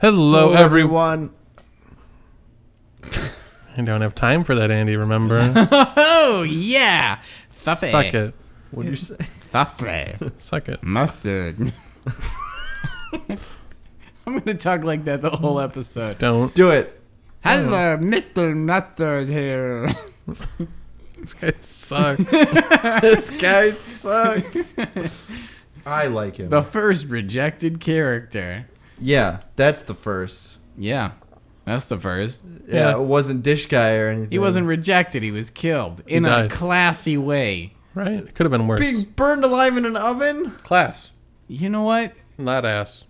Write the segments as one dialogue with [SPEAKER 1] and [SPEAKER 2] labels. [SPEAKER 1] Hello, everyone.
[SPEAKER 2] I don't have time for that, Andy. Remember,
[SPEAKER 3] Oh yeah, Thuppe.
[SPEAKER 2] suck it,
[SPEAKER 1] What do you say?
[SPEAKER 3] Thuppe.
[SPEAKER 2] suck it.
[SPEAKER 3] Mustard. I'm gonna talk like that the whole episode.
[SPEAKER 2] Don't.
[SPEAKER 1] Do it.
[SPEAKER 3] Hello, Mr. Mustard here.
[SPEAKER 2] This guy sucks.
[SPEAKER 1] this guy sucks. I like him.
[SPEAKER 3] The first rejected character.
[SPEAKER 1] yeah, that's the first.
[SPEAKER 3] Yeah, that's the first.
[SPEAKER 1] Yeah,
[SPEAKER 2] Yeah.
[SPEAKER 1] it wasn't Dish Guy or anything.
[SPEAKER 3] He wasn't rejected. He was killed in a
[SPEAKER 2] died.
[SPEAKER 3] classy way.
[SPEAKER 2] right? It could have been worse.
[SPEAKER 1] being burned alive in an oven.
[SPEAKER 2] class,
[SPEAKER 3] You know what?
[SPEAKER 2] not ass.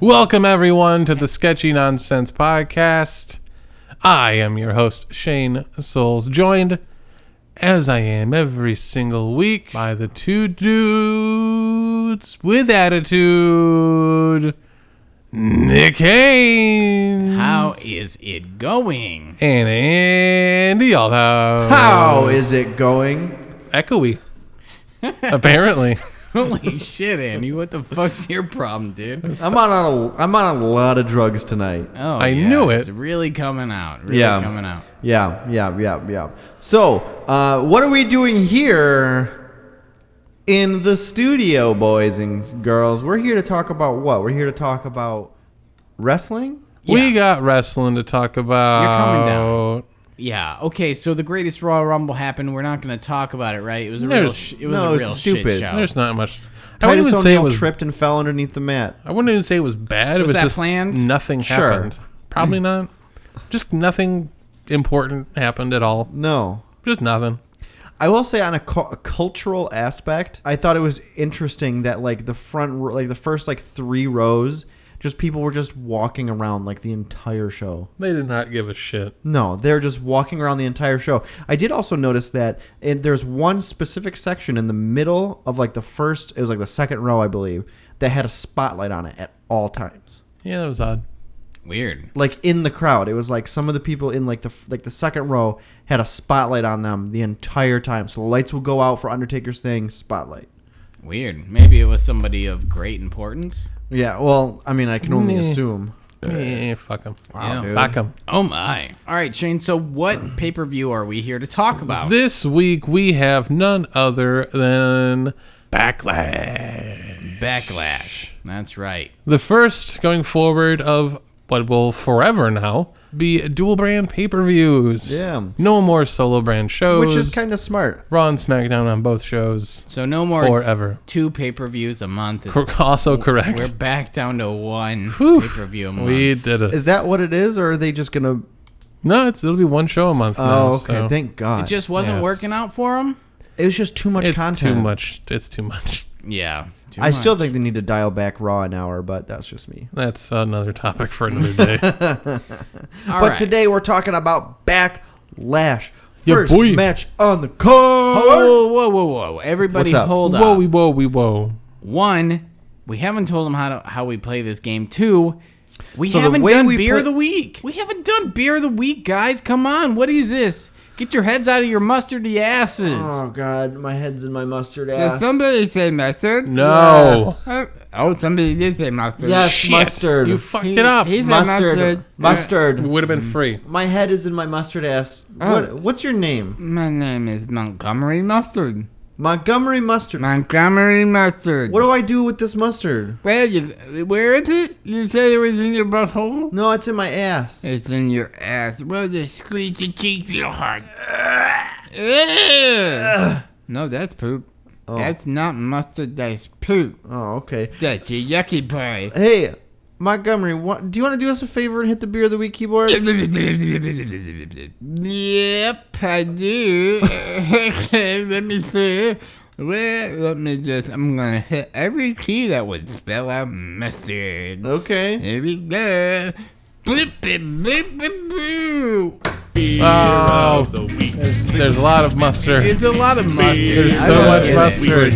[SPEAKER 2] Welcome everyone to the Sketchy Nonsense Podcast. I am your host, Shane Souls, joined as I am every single week by the two dudes with attitude, Nick Haynes
[SPEAKER 3] How is it going?
[SPEAKER 2] and Andy Althouse.
[SPEAKER 1] How is it going?
[SPEAKER 2] echoey? Apparently,
[SPEAKER 3] Holy shit, Andy! What the fuck's your problem, dude?
[SPEAKER 1] I'm on a I'm on a lot of drugs tonight.
[SPEAKER 3] Oh,
[SPEAKER 2] I
[SPEAKER 3] yeah,
[SPEAKER 2] knew it.
[SPEAKER 3] It's really coming out. Really
[SPEAKER 1] Yeah.
[SPEAKER 3] coming out.
[SPEAKER 1] Yeah, yeah, yeah, yeah. So, uh, what are we doing here in the studio, boys and girls? We're here to talk about what? We're here to talk about wrestling.
[SPEAKER 2] we got wrestling to talk about.
[SPEAKER 3] coming down. Yeah. Okay. So the greatest Royal Rumble happened. We're not going to talk about it, right? It was a real.
[SPEAKER 2] There's-
[SPEAKER 3] Sh- it was
[SPEAKER 1] no,
[SPEAKER 3] a
[SPEAKER 1] it's
[SPEAKER 3] real
[SPEAKER 1] stupid.
[SPEAKER 3] shit show.
[SPEAKER 2] There's not much. I wouldn't
[SPEAKER 1] Titus
[SPEAKER 2] even say it
[SPEAKER 1] O'Neil
[SPEAKER 2] was.
[SPEAKER 1] tripped and fell underneath the mat.
[SPEAKER 2] I wouldn't even say it was bad.
[SPEAKER 3] Was
[SPEAKER 2] it was
[SPEAKER 3] that
[SPEAKER 2] just
[SPEAKER 3] planned?
[SPEAKER 2] nothing
[SPEAKER 1] Sure.
[SPEAKER 2] happened. Probably not. Just nothing important happened at all.
[SPEAKER 1] No.
[SPEAKER 2] Just nothing.
[SPEAKER 1] I will say on a, cu- a cultural aspect, I thought it was interesting that like the front ro- like the first like 3 rows just people were just walking around like the entire show.
[SPEAKER 2] They did not give a shit.
[SPEAKER 1] No, they're just walking around the entire show. I did also notice that it, there's one specific section in the middle of like the first, it was like the second row, I believe, that had a spotlight on it at all times.
[SPEAKER 2] Yeah, that was odd.
[SPEAKER 3] Weird.
[SPEAKER 1] Like in the crowd, it was like some of the people in like the f- like the second row had a spotlight on them the entire time. So the lights will go out for Undertaker's thing, spotlight.
[SPEAKER 3] Weird. Maybe it was somebody of great importance.
[SPEAKER 1] Yeah, well, I mean, I can only
[SPEAKER 2] Meh.
[SPEAKER 1] assume.
[SPEAKER 2] Eh, fuck them.
[SPEAKER 3] Yeah.
[SPEAKER 1] dude.
[SPEAKER 2] Fuck 'em.
[SPEAKER 3] Oh my. All right, Shane. So what pay per view are we here to talk about?
[SPEAKER 2] This week we have none other than Backlash.
[SPEAKER 3] Backlash. That's right.
[SPEAKER 2] The first going forward of what will forever now be dual brand pay per views.
[SPEAKER 1] Yeah.
[SPEAKER 2] No more solo brand shows.
[SPEAKER 1] Which is kind of smart.
[SPEAKER 2] Raw and SmackDown on both shows
[SPEAKER 3] So no more
[SPEAKER 2] forever.
[SPEAKER 3] two pay per views a month. Is-
[SPEAKER 2] Also correct.
[SPEAKER 3] we're back down to one pay per view a month.
[SPEAKER 2] We did it.
[SPEAKER 1] Is that what it is, or are they just gonna?
[SPEAKER 2] No, it's it'll be one show a month. now,
[SPEAKER 1] Oh, okay.
[SPEAKER 2] so
[SPEAKER 1] Thank God.
[SPEAKER 3] it just wasn't
[SPEAKER 2] Yes.
[SPEAKER 3] working out for them.
[SPEAKER 1] it was just too much
[SPEAKER 2] it's
[SPEAKER 1] content.
[SPEAKER 2] too much. It's too much.
[SPEAKER 3] Yeah. Too
[SPEAKER 1] I still
[SPEAKER 3] much.
[SPEAKER 1] think they need to dial back Raw an hour, but that's just me.
[SPEAKER 2] That's another topic for another day.
[SPEAKER 3] All
[SPEAKER 1] but
[SPEAKER 3] right.
[SPEAKER 1] today we're talking about Backlash.
[SPEAKER 2] Yeah,
[SPEAKER 1] First
[SPEAKER 2] boy.
[SPEAKER 1] match on the card.
[SPEAKER 3] Whoa, whoa, whoa, whoa! Everybody,
[SPEAKER 1] What's up?
[SPEAKER 3] hold up.
[SPEAKER 2] whoa, we whoa, we whoa.
[SPEAKER 3] One, we haven't told them how to, how we play this game. Two, we
[SPEAKER 1] So the
[SPEAKER 3] haven't
[SPEAKER 1] way
[SPEAKER 3] done
[SPEAKER 1] we
[SPEAKER 3] beer
[SPEAKER 1] play-
[SPEAKER 3] of the week. We haven't done beer of the week, guys. Come on, what is this? Get your heads out of your mustardy asses.
[SPEAKER 1] Oh God, my head's in my mustard ass.
[SPEAKER 3] say mustard?
[SPEAKER 2] No.
[SPEAKER 1] Yes.
[SPEAKER 3] Oh, somebody did say mustard.
[SPEAKER 1] Yes,
[SPEAKER 2] Shit.
[SPEAKER 1] mustard.
[SPEAKER 2] You fucked it up.
[SPEAKER 3] he-
[SPEAKER 2] It
[SPEAKER 3] said
[SPEAKER 1] mustard.
[SPEAKER 3] mustard.
[SPEAKER 1] Mustard.
[SPEAKER 2] would have been free.
[SPEAKER 1] My head is in my mustard ass. What, what's your name?
[SPEAKER 3] My name is Montgomery Mustard.
[SPEAKER 1] Montgomery Mustard.
[SPEAKER 3] Montgomery Mustard.
[SPEAKER 1] What do I do with this mustard?
[SPEAKER 3] Where you? Where is it? You said it was in your butthole.
[SPEAKER 1] No, it's in my ass.
[SPEAKER 3] It's in your ass. Well, just squeeze your cheek real hard. Ugh. no, that's poop.
[SPEAKER 1] Oh.
[SPEAKER 3] That's not mustard. That's poop.
[SPEAKER 1] Oh, okay.
[SPEAKER 3] That's your yucky pie.
[SPEAKER 1] Hey, Montgomery, what, do you want to do us a favor and hit the beer of the week keyboard?
[SPEAKER 3] yep, I do. okay, let me see. Well, let me just. I'm gonna hit every key that would spell out
[SPEAKER 1] Oh.
[SPEAKER 3] mustard.
[SPEAKER 1] Okay.
[SPEAKER 3] Here we go. Blip, blip, blip, blip, blip.
[SPEAKER 2] Oh, there's, there's a lot of mustard.
[SPEAKER 3] It's a lot of mustard.
[SPEAKER 2] There's
[SPEAKER 3] I
[SPEAKER 2] so
[SPEAKER 3] don't
[SPEAKER 2] much
[SPEAKER 3] get it.
[SPEAKER 2] mustard.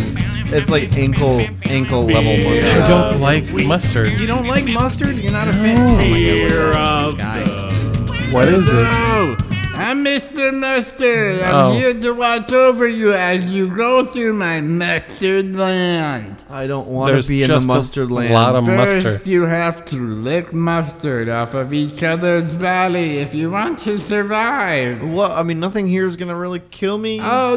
[SPEAKER 1] It's like ankle ankle level
[SPEAKER 2] I
[SPEAKER 1] mustard.
[SPEAKER 2] don't like mustard.
[SPEAKER 3] You don't like mustard? You're not a fan? Oh my god, what's up with this guy?
[SPEAKER 2] What is it?
[SPEAKER 3] Hello, I'm Mr. Mustard. I'm
[SPEAKER 2] Oh.
[SPEAKER 3] here to watch over you as you go through my mustard land.
[SPEAKER 1] I don't want to be in the
[SPEAKER 2] just a
[SPEAKER 1] mustard land.
[SPEAKER 2] lot of
[SPEAKER 3] First,
[SPEAKER 2] mustard.
[SPEAKER 3] you have to lick mustard off of each other's belly if you want to survive.
[SPEAKER 1] well, I mean, nothing here is gonna really kill me.
[SPEAKER 3] Oh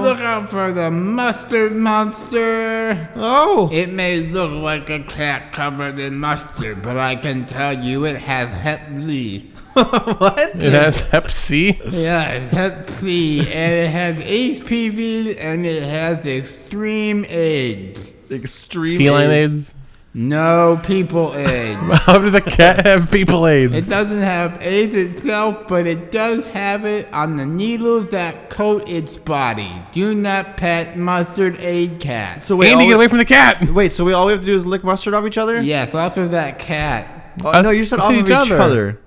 [SPEAKER 1] so-
[SPEAKER 3] look out for the mustard monster!
[SPEAKER 1] Oh.
[SPEAKER 3] It may look like a cat covered in mustard, but I can tell you it has Hep B.
[SPEAKER 1] what?
[SPEAKER 2] It has Hep C.
[SPEAKER 3] Yeah, it's Hep C, and it has HPV, and it has extreme AIDS.
[SPEAKER 1] Extreme.
[SPEAKER 2] Feline AIDS.
[SPEAKER 3] No people AIDS.
[SPEAKER 2] How does a cat have people
[SPEAKER 3] It
[SPEAKER 2] AIDS?
[SPEAKER 3] doesn't have AIDS itself, but it does have it on the needles that coat its body. Do not pet mustard aid cat.
[SPEAKER 1] So wait,
[SPEAKER 2] Andy, get
[SPEAKER 1] all we-
[SPEAKER 2] away from the cat.
[SPEAKER 1] wait. So we all we have to do is lick mustard off each other?
[SPEAKER 3] Yes, off of that cat.
[SPEAKER 1] Oh,
[SPEAKER 2] I
[SPEAKER 1] no,
[SPEAKER 2] th-
[SPEAKER 1] you said
[SPEAKER 2] I
[SPEAKER 1] off
[SPEAKER 2] said
[SPEAKER 1] of each
[SPEAKER 2] each
[SPEAKER 1] other.
[SPEAKER 2] other.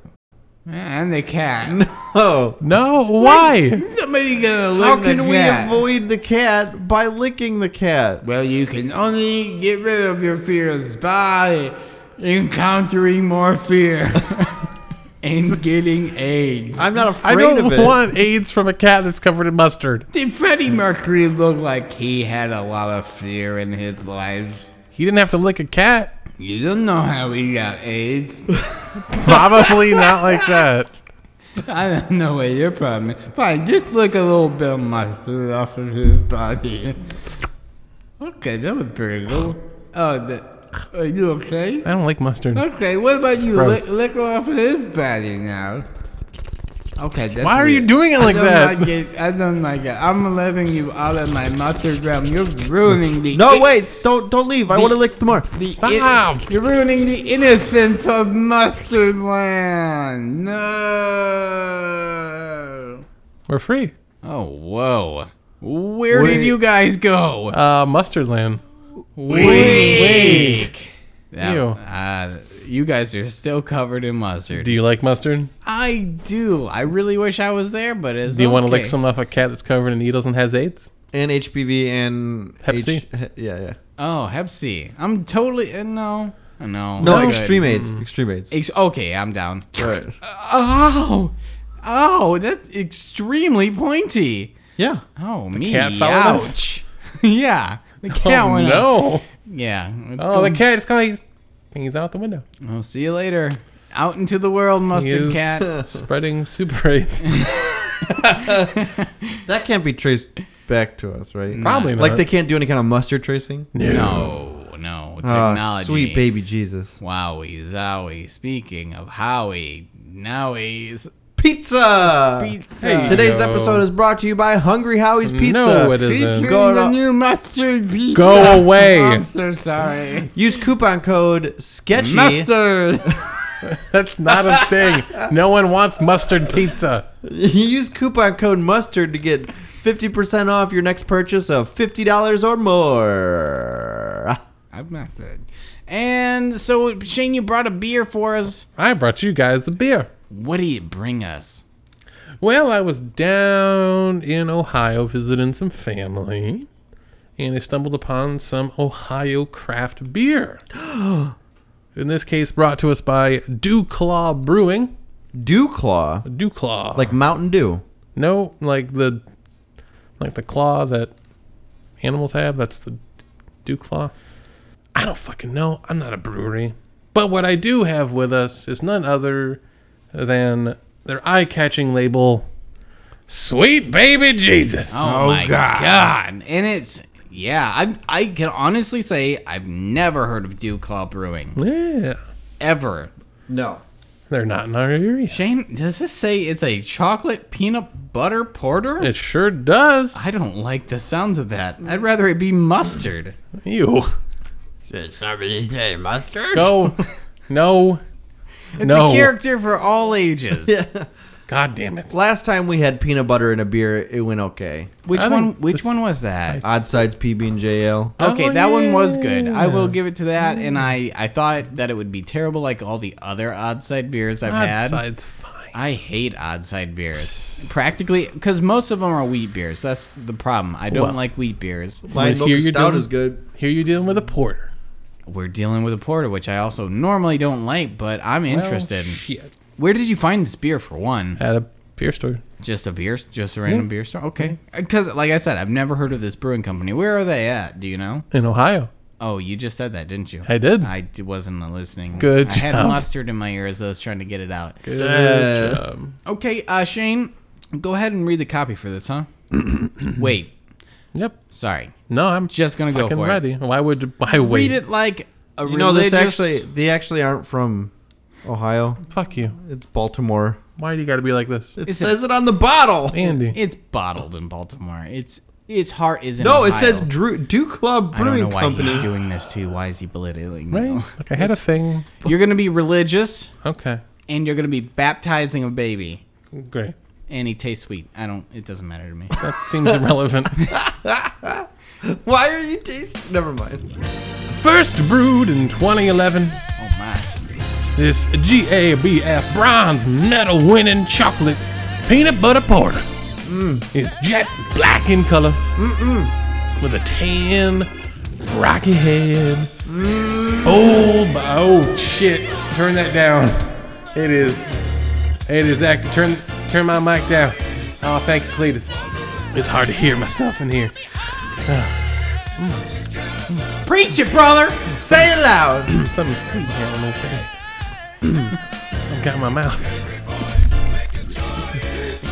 [SPEAKER 3] And the cat.
[SPEAKER 1] No.
[SPEAKER 2] No, why?
[SPEAKER 3] Somebody gonna lick
[SPEAKER 1] How
[SPEAKER 3] the
[SPEAKER 1] can we
[SPEAKER 3] cat.
[SPEAKER 1] avoid the cat by licking the cat?
[SPEAKER 3] Well, you can only get rid of your fears by encountering more fear and getting AIDS.
[SPEAKER 1] I'm not
[SPEAKER 2] I
[SPEAKER 1] afraid of it.
[SPEAKER 2] don't want AIDS from a cat that's covered in mustard.
[SPEAKER 3] Did Freddie Mercury look like he had a lot of fear in his life?
[SPEAKER 2] He didn't have to lick a cat.
[SPEAKER 3] You don't know how he got AIDS.
[SPEAKER 2] Probably not like that.
[SPEAKER 3] I don't know what your problem is. Fine, just lick a little bit of mustard off of his body. Okay, that was pretty cool. Oh, the, are you okay?
[SPEAKER 2] I don't like mustard.
[SPEAKER 3] Okay, what about you? Lick,
[SPEAKER 2] gross.
[SPEAKER 3] lick off of his body now. Okay, that's
[SPEAKER 2] Why are you
[SPEAKER 3] weird.
[SPEAKER 2] doing it
[SPEAKER 3] I
[SPEAKER 2] like
[SPEAKER 3] don't
[SPEAKER 2] that?
[SPEAKER 3] Like it. I don't like it. I'm letting you out of my mustard realm. You're ruining the
[SPEAKER 1] No,
[SPEAKER 3] in-
[SPEAKER 1] wait. Don't don't leave. I want to lick more.
[SPEAKER 3] The
[SPEAKER 2] Stop.
[SPEAKER 3] you're ruining the innocence of Mustard Land. No.
[SPEAKER 2] We're free.
[SPEAKER 3] Oh, whoa. Where
[SPEAKER 1] Wait.
[SPEAKER 3] did you guys go?
[SPEAKER 2] Uh, mustard land.
[SPEAKER 3] Weak. That-
[SPEAKER 2] Ew.
[SPEAKER 3] uh, you guys are still covered in mustard.
[SPEAKER 2] Do you like mustard?
[SPEAKER 3] I do. I really wish I was there, but it's
[SPEAKER 2] Do you want to lick
[SPEAKER 3] okay.
[SPEAKER 2] some off a cat that's covered in needles and has AIDS?
[SPEAKER 1] And HPV and
[SPEAKER 2] Hep
[SPEAKER 1] H-
[SPEAKER 2] C?
[SPEAKER 1] he- yeah, yeah.
[SPEAKER 3] Oh, Hep C. I'm totally uh, no, no,
[SPEAKER 1] No,
[SPEAKER 3] I'm good.
[SPEAKER 1] extreme AIDS. Extreme AIDS.
[SPEAKER 3] Ex- okay, I'm down.
[SPEAKER 1] All right.
[SPEAKER 3] Oh, oh, that's extremely pointy.
[SPEAKER 1] Yeah.
[SPEAKER 3] Oh, me.
[SPEAKER 2] cat followed us?
[SPEAKER 3] ouch. yeah, the cat
[SPEAKER 2] oh
[SPEAKER 3] went up.
[SPEAKER 2] no!
[SPEAKER 3] Yeah. let's
[SPEAKER 2] Oh,
[SPEAKER 3] go.
[SPEAKER 2] the cat is going. He's, he's out the window.
[SPEAKER 3] I'll see you later. Out into the world,
[SPEAKER 2] He
[SPEAKER 3] mustard
[SPEAKER 2] is
[SPEAKER 3] cat.
[SPEAKER 2] spreading super AIDS.
[SPEAKER 1] That can't be traced back to us, right?
[SPEAKER 2] Probably not.
[SPEAKER 1] Like they can't do any kind of mustard tracing.
[SPEAKER 3] No, no
[SPEAKER 1] Ah,
[SPEAKER 3] technology.
[SPEAKER 1] sweet baby Jesus.
[SPEAKER 3] Wowie, zowie. Speaking of howie, nowies.
[SPEAKER 1] Pizza.
[SPEAKER 2] Hey.
[SPEAKER 1] Today's
[SPEAKER 2] Yo.
[SPEAKER 1] episode is brought to you by Hungry Howie's Pizza.
[SPEAKER 2] No, it isn't.
[SPEAKER 1] Go
[SPEAKER 3] Featuring the
[SPEAKER 1] to-
[SPEAKER 3] new mustard pizza.
[SPEAKER 2] Go away.
[SPEAKER 3] I'm so sorry.
[SPEAKER 1] Use coupon code Sketchy.
[SPEAKER 3] Mustard.
[SPEAKER 2] That's not a thing. No one wants mustard pizza.
[SPEAKER 1] Use coupon code Mustard to get fifty percent off your next purchase of fifty dollars or more.
[SPEAKER 3] I've not that. And so Shane, you brought a beer for us.
[SPEAKER 2] I brought you guys the beer.
[SPEAKER 3] What do you bring us?
[SPEAKER 2] Well, I was down in Ohio visiting some family, and I stumbled upon some Ohio craft beer. in this case, brought to us by Dew Claw Brewing.
[SPEAKER 1] Dew Claw,
[SPEAKER 2] Dew Claw,
[SPEAKER 1] like Mountain Dew.
[SPEAKER 2] no, like the, like the claw that animals have. That's the Dew Claw. I don't fucking know. I'm not a brewery, but what I do have with us is none other than their eye-catching label. Sweet baby Jesus.
[SPEAKER 3] Oh,
[SPEAKER 1] Oh,
[SPEAKER 3] my
[SPEAKER 1] God.
[SPEAKER 3] god. And it's yeah, I I can honestly say I've never heard of Dew Claw Brewing
[SPEAKER 2] Yeah.
[SPEAKER 3] ever.
[SPEAKER 1] No.
[SPEAKER 2] They're not in our area.
[SPEAKER 3] Shane, does this say it's a chocolate peanut butter porter?
[SPEAKER 2] It sure does.
[SPEAKER 3] I don't like the sounds of that. I'd rather it be mustard.
[SPEAKER 2] You
[SPEAKER 3] Somebody say mustard?
[SPEAKER 2] go. no.
[SPEAKER 3] It's
[SPEAKER 2] no.
[SPEAKER 3] a character for all ages.
[SPEAKER 2] God damn it.
[SPEAKER 1] Last time we had peanut butter in a beer, it went okay.
[SPEAKER 3] Which
[SPEAKER 2] I
[SPEAKER 3] one
[SPEAKER 2] don't-
[SPEAKER 3] which
[SPEAKER 2] this-
[SPEAKER 3] one was that?
[SPEAKER 1] Odd sides PB and J ale.
[SPEAKER 3] Okay,
[SPEAKER 2] Oh,
[SPEAKER 3] that one was good. I will
[SPEAKER 2] yeah.
[SPEAKER 3] give it to that. And I, I thought that it would be terrible like all the other odd side beers I've
[SPEAKER 2] That
[SPEAKER 3] had.
[SPEAKER 2] side's fine.
[SPEAKER 3] I hate odd side beers. Practically, because most of them are wheat beers. That's the problem. I don't
[SPEAKER 2] Well.
[SPEAKER 3] like wheat beers.
[SPEAKER 1] Mine
[SPEAKER 2] Well,
[SPEAKER 1] milk
[SPEAKER 2] here
[SPEAKER 1] and
[SPEAKER 2] you're
[SPEAKER 1] stout
[SPEAKER 2] doing-
[SPEAKER 1] is good.
[SPEAKER 2] Here you're dealing with a porter.
[SPEAKER 3] We're dealing with a porter, which I also normally don't like, but I'm
[SPEAKER 2] Well,
[SPEAKER 3] interested.
[SPEAKER 2] shit.
[SPEAKER 3] Where did you find this beer for one?
[SPEAKER 2] at a beer store.
[SPEAKER 3] Just a beer, just a random beer store. Okay, because like I said, I've never heard of this brewing company. Where are they at? Do you know?
[SPEAKER 2] in Ohio.
[SPEAKER 3] Oh, you just said that, didn't you?
[SPEAKER 2] I did.
[SPEAKER 3] I d- wasn't listening.
[SPEAKER 2] Good
[SPEAKER 3] I had
[SPEAKER 2] job.
[SPEAKER 3] mustard in my ear as I was trying to get it out.
[SPEAKER 2] Good
[SPEAKER 1] Uh,
[SPEAKER 2] job.
[SPEAKER 3] Okay, uh, Shane, go ahead and read the copy for this, huh? Wait,
[SPEAKER 2] Yep.
[SPEAKER 3] sorry,
[SPEAKER 2] No, I'm
[SPEAKER 3] just gonna go
[SPEAKER 2] fucking
[SPEAKER 3] for
[SPEAKER 2] ready. Why would why
[SPEAKER 3] it.
[SPEAKER 2] wait?
[SPEAKER 3] Read it like a
[SPEAKER 1] You know,
[SPEAKER 3] religious.
[SPEAKER 1] this actually they actually aren't from Ohio.
[SPEAKER 2] Fuck you.
[SPEAKER 1] It's Baltimore.
[SPEAKER 2] Why do you got to be like this,
[SPEAKER 1] It
[SPEAKER 3] Is it-
[SPEAKER 1] says it on the bottle.
[SPEAKER 2] Andy?
[SPEAKER 3] it's bottled in Baltimore. It's its heart is in
[SPEAKER 1] No, it
[SPEAKER 3] Ohio.
[SPEAKER 1] says Drew, Dew Club
[SPEAKER 3] I don't know
[SPEAKER 1] Brewing
[SPEAKER 3] why he's
[SPEAKER 1] Company.
[SPEAKER 3] doing this too. Why is he belittling?
[SPEAKER 2] right?
[SPEAKER 3] now?
[SPEAKER 2] Like I had a thing.
[SPEAKER 3] You're gonna be religious,
[SPEAKER 2] Okay,
[SPEAKER 3] and you're gonna be baptizing a baby,
[SPEAKER 2] great.
[SPEAKER 3] and he tastes sweet. I don't. It doesn't matter to me.
[SPEAKER 2] That seems irrelevant.
[SPEAKER 1] Why are you tasting? Never mind.
[SPEAKER 2] First brewed in 2011,
[SPEAKER 3] oh my!
[SPEAKER 2] this GABF bronze medal winning chocolate peanut butter porter is jet black in color, with a tan, rocky head. Mm. Old, by, oh shit! Turn that down. It is, it is that. Turn, turn my mic down. Oh, thank you, Cletus. It's hard to hear myself in here.
[SPEAKER 3] Preach it, brother.
[SPEAKER 1] Say it loud.
[SPEAKER 2] Something sweet here on my face. I've got my mouth.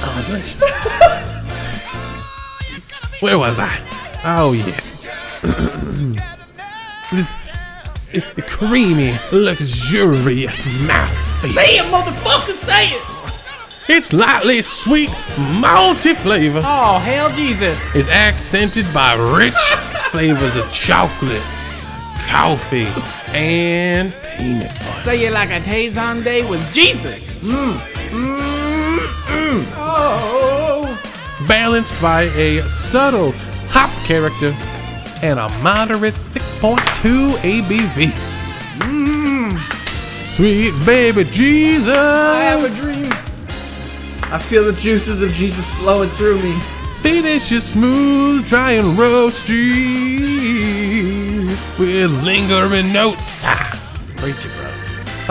[SPEAKER 2] Oh, gosh. Where was I? Oh, yes. this creamy, luxurious mouthfeel.
[SPEAKER 3] Say it, motherfucker. Say it.
[SPEAKER 2] It's lightly sweet, malty flavor.
[SPEAKER 3] Oh hell, Jesus!
[SPEAKER 2] is accented by rich flavors of chocolate, coffee, and peanut butter.
[SPEAKER 3] Say it like a Tazon day was Jesus. Oh.
[SPEAKER 2] Balanced by a subtle hop character and a moderate 6.2 ABV. Mmm. Mm-hmm. Sweet baby Jesus.
[SPEAKER 3] I have a dream.
[SPEAKER 1] I feel the juices of Jesus flowing through me.
[SPEAKER 2] Finish your smooth, dry, and roasty with lingering notes Ah.
[SPEAKER 3] Preach it, brother.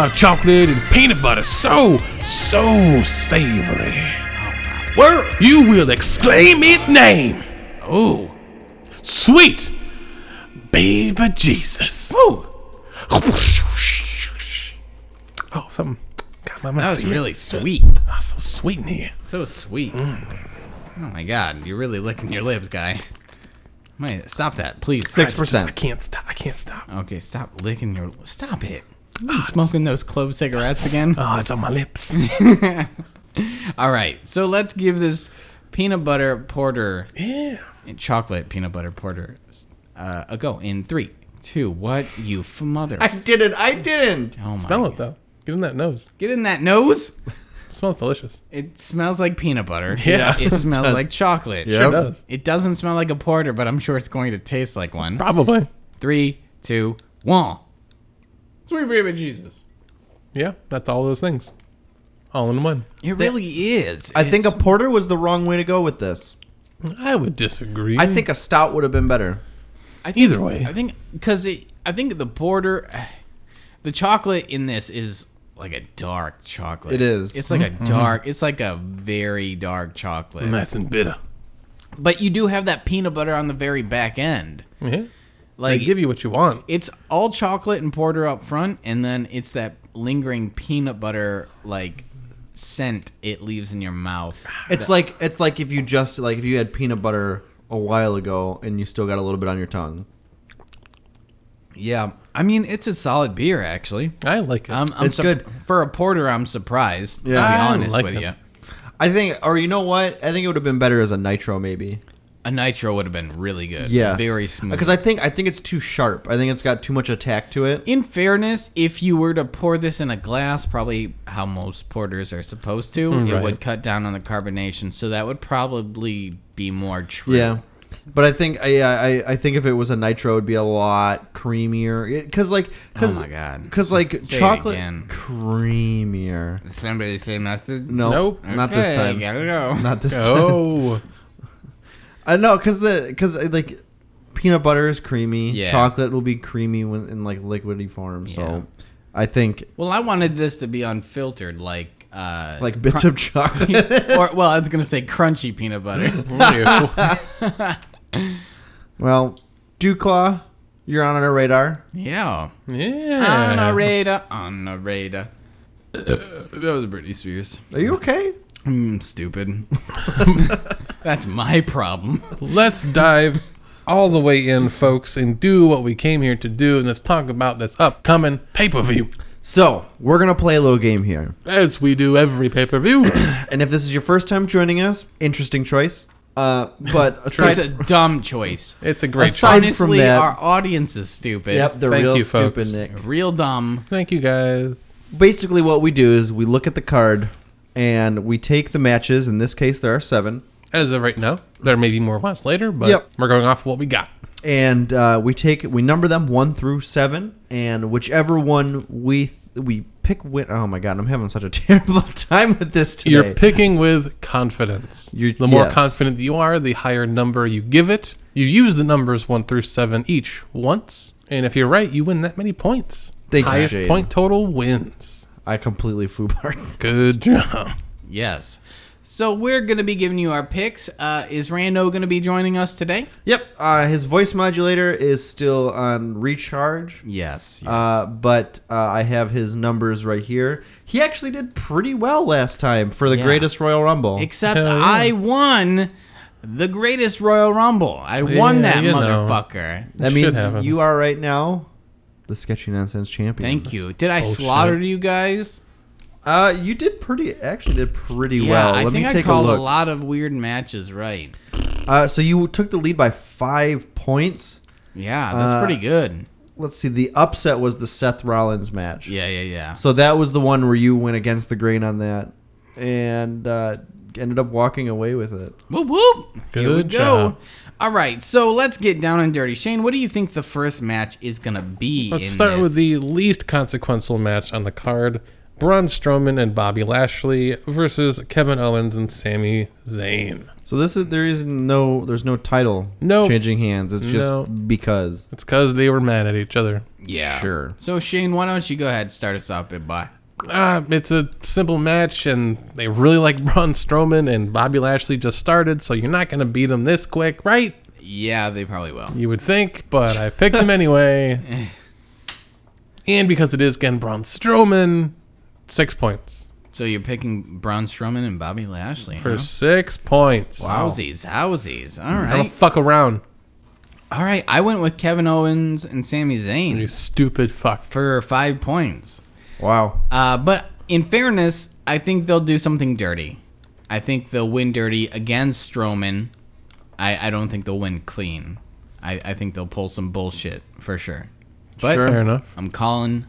[SPEAKER 2] of chocolate and peanut butter. So, so savory.
[SPEAKER 3] Word.
[SPEAKER 2] You will exclaim its name.
[SPEAKER 3] Oh.
[SPEAKER 2] Sweet baby Jesus.
[SPEAKER 3] Oh.
[SPEAKER 2] Oh, something got my
[SPEAKER 3] That
[SPEAKER 2] mouth.
[SPEAKER 3] was really sweet.
[SPEAKER 2] Oh, so sweet in here.
[SPEAKER 3] So sweet. Oh my god, you're really licking your lips, guy. Wait, stop that, please.
[SPEAKER 1] Six
[SPEAKER 2] I
[SPEAKER 1] percent.
[SPEAKER 2] can't stop. I can't stop.
[SPEAKER 3] Okay, stop licking your. Stop it. Mm. You smoking those clove cigarettes again?
[SPEAKER 2] Oh, it's on my lips.
[SPEAKER 3] All right, so let's give this peanut butter porter,
[SPEAKER 2] yeah.
[SPEAKER 3] chocolate peanut butter porter, uh, a go in three, two, what you f- mother?
[SPEAKER 1] I didn't. I didn't.
[SPEAKER 3] oh my
[SPEAKER 2] Smell
[SPEAKER 3] God.
[SPEAKER 2] it though. Get in that nose.
[SPEAKER 3] Get in that nose.
[SPEAKER 2] It smells delicious.
[SPEAKER 3] It smells like peanut butter.
[SPEAKER 2] Yeah.
[SPEAKER 3] It smells like chocolate.
[SPEAKER 1] Yeah.
[SPEAKER 2] Sure
[SPEAKER 1] Yep.
[SPEAKER 2] does.
[SPEAKER 3] It doesn't smell like a porter, but I'm sure it's going to taste like one.
[SPEAKER 2] Probably.
[SPEAKER 3] Three, two, one. Sweet baby Jesus.
[SPEAKER 2] Yeah. That's all those things. All in one.
[SPEAKER 3] It really is.
[SPEAKER 1] I think a
[SPEAKER 3] It's-
[SPEAKER 1] porter was the wrong way to go with this.
[SPEAKER 2] I would disagree.
[SPEAKER 1] I think a stout would have been better.
[SPEAKER 3] I think-
[SPEAKER 2] either way.
[SPEAKER 3] I think because it. I think the border, the chocolate in this is like a dark chocolate.
[SPEAKER 1] It is.
[SPEAKER 3] It's like a
[SPEAKER 2] Mm-hmm.
[SPEAKER 3] dark. It's like a very dark chocolate.
[SPEAKER 2] nice and bitter.
[SPEAKER 3] But you do have that peanut butter on the very back end.
[SPEAKER 2] Yeah. They
[SPEAKER 3] Like
[SPEAKER 2] give you what you want.
[SPEAKER 3] it's all chocolate and porter up front, and then it's that lingering peanut butter like scent it leaves in your mouth.
[SPEAKER 1] It's like it's like if you just like if you had peanut butter a while ago and you still got a little bit on your tongue.
[SPEAKER 3] Yeah, I mean it's a solid beer actually.
[SPEAKER 2] I like it.
[SPEAKER 3] I'm, I'm
[SPEAKER 1] It's good.
[SPEAKER 3] for a porter. I'm surprised.
[SPEAKER 1] Yeah.
[SPEAKER 3] to
[SPEAKER 2] I
[SPEAKER 3] be honest
[SPEAKER 2] like
[SPEAKER 3] with
[SPEAKER 2] it.
[SPEAKER 3] you,
[SPEAKER 1] I think, or you know what? I think it would have been better as a nitro, maybe.
[SPEAKER 3] a nitro would have been really good.
[SPEAKER 1] Yeah,
[SPEAKER 3] very smooth.
[SPEAKER 1] Because I think I think it's too sharp. I think it's got too much attack to it.
[SPEAKER 3] in fairness, if you were to pour this in a glass, probably how most porters are supposed to,
[SPEAKER 1] Mm,
[SPEAKER 3] it
[SPEAKER 2] right.
[SPEAKER 3] would cut down on the carbonation. So that would probably be more true.
[SPEAKER 1] Yeah, but I think I I, I think if it was a nitro, it'd be a lot creamier. Because like, cause,
[SPEAKER 3] Oh my God.
[SPEAKER 1] because like
[SPEAKER 3] Say it
[SPEAKER 1] chocolate
[SPEAKER 3] again.
[SPEAKER 1] creamier.
[SPEAKER 3] Somebody say mustard.
[SPEAKER 1] No,
[SPEAKER 2] Nope.
[SPEAKER 1] not this time.
[SPEAKER 3] Gotta go.
[SPEAKER 1] Not this time.
[SPEAKER 2] oh.
[SPEAKER 1] I know because the because like peanut butter is creamy.
[SPEAKER 3] Yeah.
[SPEAKER 1] Chocolate will be creamy when in like liquidy form.
[SPEAKER 3] Yeah.
[SPEAKER 1] So I think
[SPEAKER 3] well, I wanted this to be unfiltered, like uh,
[SPEAKER 1] like bits of chocolate.
[SPEAKER 3] or well, I was gonna say crunchy peanut butter.
[SPEAKER 2] Ew.
[SPEAKER 1] well, Dewclaw, you're on our radar.
[SPEAKER 3] yeah.
[SPEAKER 2] yeah.
[SPEAKER 3] On a radar, on a radar. that was Britney Spears.
[SPEAKER 1] Are you okay?
[SPEAKER 3] Mm, stupid. That's my problem.
[SPEAKER 2] Let's dive all the way in, folks, and do what we came here to do, and let's talk about this upcoming pay per view.
[SPEAKER 1] So we're gonna play a little game here,
[SPEAKER 2] As we do every pay per view.
[SPEAKER 1] and if this is your first time joining us, interesting choice. Uh, but
[SPEAKER 3] It's a
[SPEAKER 1] aside,
[SPEAKER 3] dumb choice.
[SPEAKER 2] It's a great
[SPEAKER 1] Aside-
[SPEAKER 2] show.
[SPEAKER 1] from
[SPEAKER 3] Honestly,
[SPEAKER 1] that-
[SPEAKER 3] our audience is stupid.
[SPEAKER 1] yep, they're
[SPEAKER 2] Thank
[SPEAKER 1] real
[SPEAKER 2] you,
[SPEAKER 1] stupid,
[SPEAKER 2] folks.
[SPEAKER 1] Nick.
[SPEAKER 3] Real dumb.
[SPEAKER 2] Thank you guys.
[SPEAKER 1] basically what we do is we look at the card and we take the matches. In this case, there are seven,
[SPEAKER 2] As of right now, there may be more watch later, but
[SPEAKER 1] Yep.
[SPEAKER 2] we're going off what we got.
[SPEAKER 1] and uh, we take we number them one through seven, and whichever one we th- we pick win. Oh my god, I'm having such a terrible time with this today.
[SPEAKER 2] You're picking with confidence.
[SPEAKER 1] You-
[SPEAKER 2] the more
[SPEAKER 1] yes.
[SPEAKER 2] confident you are, the higher number you give it. You use the numbers one through seven each once, and if you're right, you win that many points.
[SPEAKER 1] Thank you,
[SPEAKER 2] Highest
[SPEAKER 1] Shane.
[SPEAKER 2] point total wins.
[SPEAKER 1] I completely foobarred.
[SPEAKER 2] Good job.
[SPEAKER 3] Yes. So we're gonna be giving you our picks. Uh, is Rando gonna be joining us today?
[SPEAKER 1] yep, uh, his voice modulator is still on recharge.
[SPEAKER 3] Yes. yes.
[SPEAKER 1] Uh, but uh, I have his numbers right here. He actually did pretty well last time for the
[SPEAKER 3] Yeah.
[SPEAKER 1] greatest Royal Rumble.
[SPEAKER 3] Except
[SPEAKER 2] Hell yeah.
[SPEAKER 3] I won the greatest Royal Rumble. I won
[SPEAKER 2] Yeah,
[SPEAKER 3] that
[SPEAKER 2] you know.
[SPEAKER 3] motherfucker.
[SPEAKER 1] That
[SPEAKER 2] Shit
[SPEAKER 1] means
[SPEAKER 2] happens.
[SPEAKER 1] you are right now the sketchy nonsense champion.
[SPEAKER 3] Thank you. Did
[SPEAKER 2] Oh,
[SPEAKER 3] I slaughter you guys?
[SPEAKER 1] Uh, you did pretty. Actually, did pretty
[SPEAKER 3] Yeah,
[SPEAKER 1] well.
[SPEAKER 3] I
[SPEAKER 1] Let
[SPEAKER 3] think
[SPEAKER 1] me
[SPEAKER 3] I
[SPEAKER 1] take a
[SPEAKER 3] called a,
[SPEAKER 1] look.
[SPEAKER 3] lot of weird matches right.
[SPEAKER 1] uh, so you took the lead by five points.
[SPEAKER 3] Yeah, that's
[SPEAKER 1] Uh,
[SPEAKER 3] pretty good.
[SPEAKER 1] Let's see. The upset was the Seth Rollins match.
[SPEAKER 3] Yeah, yeah, yeah.
[SPEAKER 1] So that was the one where you went against the grain on that, and uh, ended up walking away with it.
[SPEAKER 3] Whoop whoop. Here we
[SPEAKER 2] Good
[SPEAKER 3] go.
[SPEAKER 2] job.
[SPEAKER 3] All right, so let's get down and dirty. Shane, what do you think the first match is gonna be?
[SPEAKER 2] Let's
[SPEAKER 3] in
[SPEAKER 2] start
[SPEAKER 3] this?
[SPEAKER 2] with the least consequential match on the card: Braun Strowman and Bobby Lashley versus Kevin Owens and Sami Zayn.
[SPEAKER 1] So this is there is no there's no title
[SPEAKER 2] Nope.
[SPEAKER 1] changing hands. It's just
[SPEAKER 2] No.
[SPEAKER 1] because.
[SPEAKER 2] It's because they were mad at each other.
[SPEAKER 3] yeah.
[SPEAKER 1] Sure.
[SPEAKER 3] So Shane, why don't you go ahead and start us off, big boy?
[SPEAKER 2] Uh, it's a simple match, and they really like Braun Strowman, and Bobby Lashley just started, so you're not going to beat him this quick, right?
[SPEAKER 3] Yeah, they probably will.
[SPEAKER 2] You would think, but I picked him anyway. And because it is again Braun Strowman, six points.
[SPEAKER 3] So you're picking Braun Strowman and Bobby Lashley.
[SPEAKER 2] For
[SPEAKER 3] huh?
[SPEAKER 2] six points.
[SPEAKER 3] Howsies, howsies. All
[SPEAKER 2] I don't
[SPEAKER 3] right.
[SPEAKER 2] fuck around,
[SPEAKER 3] All right. I went with Kevin Owens and Sami
[SPEAKER 2] you
[SPEAKER 3] Zayn
[SPEAKER 2] stupid fuck.
[SPEAKER 3] for five points.
[SPEAKER 1] Wow.
[SPEAKER 3] Uh, but in fairness, I think they'll do something dirty. I think they'll win dirty against Strowman. I, I don't think they'll win clean. I, I think they'll pull some bullshit for sure. But
[SPEAKER 2] Fair enough.
[SPEAKER 3] I'm calling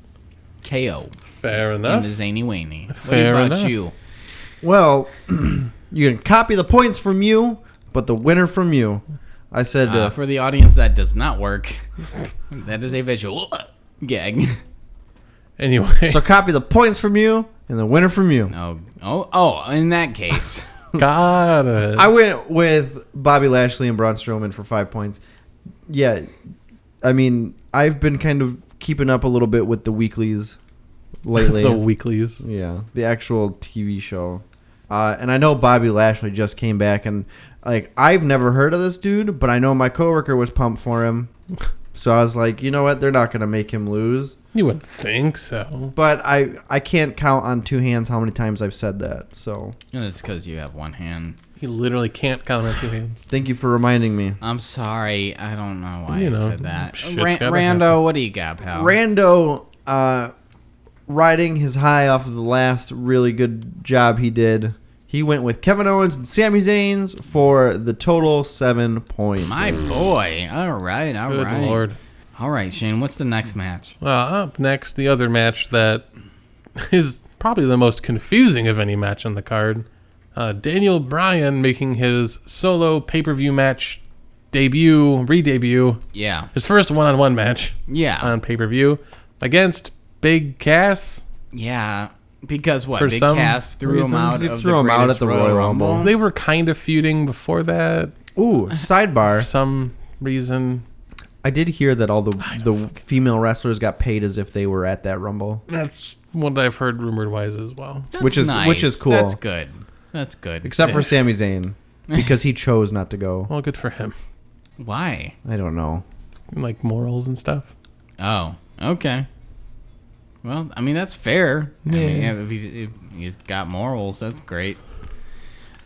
[SPEAKER 3] KO
[SPEAKER 2] Fair
[SPEAKER 3] in
[SPEAKER 2] enough.
[SPEAKER 3] the Zany Waney.
[SPEAKER 2] Fair
[SPEAKER 3] what about
[SPEAKER 2] enough.
[SPEAKER 3] you?
[SPEAKER 1] Well, you can copy the points from you, but the winner from you. I said
[SPEAKER 3] Uh,
[SPEAKER 1] uh,
[SPEAKER 3] for the audience, that does not work. that is a visual gag.
[SPEAKER 2] Anyway,
[SPEAKER 1] So copy the points from you and the winner from you.
[SPEAKER 3] Oh, oh, oh! In that case,
[SPEAKER 2] got it.
[SPEAKER 1] I went with Bobby Lashley and Braun Strowman for five points. Yeah, I mean, I've been kind of keeping up a little bit with the weeklies lately.
[SPEAKER 2] the weeklies.
[SPEAKER 1] yeah, the actual TV show. Uh, and I know Bobby Lashley just came back, and like I've never heard of this dude, but I know my coworker was pumped for him. So I was like, you know what? They're not gonna make him lose.
[SPEAKER 2] You wouldn't think so.
[SPEAKER 1] But I I can't count on two hands how many times I've said that. So
[SPEAKER 3] and it's because you have one hand.
[SPEAKER 2] You literally can't count on two hands.
[SPEAKER 1] thank you for reminding me.
[SPEAKER 3] I'm sorry. I don't know why
[SPEAKER 2] You
[SPEAKER 3] I
[SPEAKER 2] know,
[SPEAKER 3] said that.
[SPEAKER 2] shit's
[SPEAKER 3] Ran-
[SPEAKER 2] gotta
[SPEAKER 3] Rando,
[SPEAKER 2] happen.
[SPEAKER 3] what do you got, pal?
[SPEAKER 1] Rando uh, riding his high off of the last really good job he did. He went with Kevin Owens and Sami Zayn's for the total seven points.
[SPEAKER 3] My boy. All right. all right.
[SPEAKER 2] Good lord.
[SPEAKER 3] All right, Shane. What's the next match?
[SPEAKER 2] Uh, up next, the other match that is probably the most confusing of any match on the card. Uh, Daniel Bryan making his solo pay per view match debut, re debut,
[SPEAKER 3] Yeah.
[SPEAKER 2] his first one on one match
[SPEAKER 3] Yeah.
[SPEAKER 2] on pay per view against Big Cass.
[SPEAKER 3] yeah. Because what?
[SPEAKER 2] For
[SPEAKER 3] Big
[SPEAKER 2] some
[SPEAKER 3] Cass threw him
[SPEAKER 2] reason,
[SPEAKER 3] out
[SPEAKER 1] he
[SPEAKER 3] of
[SPEAKER 1] threw
[SPEAKER 3] the
[SPEAKER 1] him out
[SPEAKER 3] greatest
[SPEAKER 1] at the
[SPEAKER 3] Royal
[SPEAKER 1] Royal
[SPEAKER 3] Rumble.
[SPEAKER 1] Rumble.
[SPEAKER 2] They were kind of feuding before that
[SPEAKER 1] Ooh,
[SPEAKER 2] for
[SPEAKER 1] sidebar.
[SPEAKER 2] some reason.
[SPEAKER 1] I did hear that all the the female wrestlers got paid as if they were at that Rumble,
[SPEAKER 2] That's what I've heard rumored wise as well.
[SPEAKER 3] That's
[SPEAKER 1] Which is- which is cool.
[SPEAKER 3] That's good. That's good.
[SPEAKER 1] except for Sami Zayn because he chose not to go.
[SPEAKER 2] Well, good for him.
[SPEAKER 3] Why?
[SPEAKER 1] I don't know.
[SPEAKER 2] Like morals and stuff.
[SPEAKER 3] Oh, okay. Well, I mean that's fair. I mean,
[SPEAKER 2] Yeah.
[SPEAKER 3] if he's if he's got morals, that's great.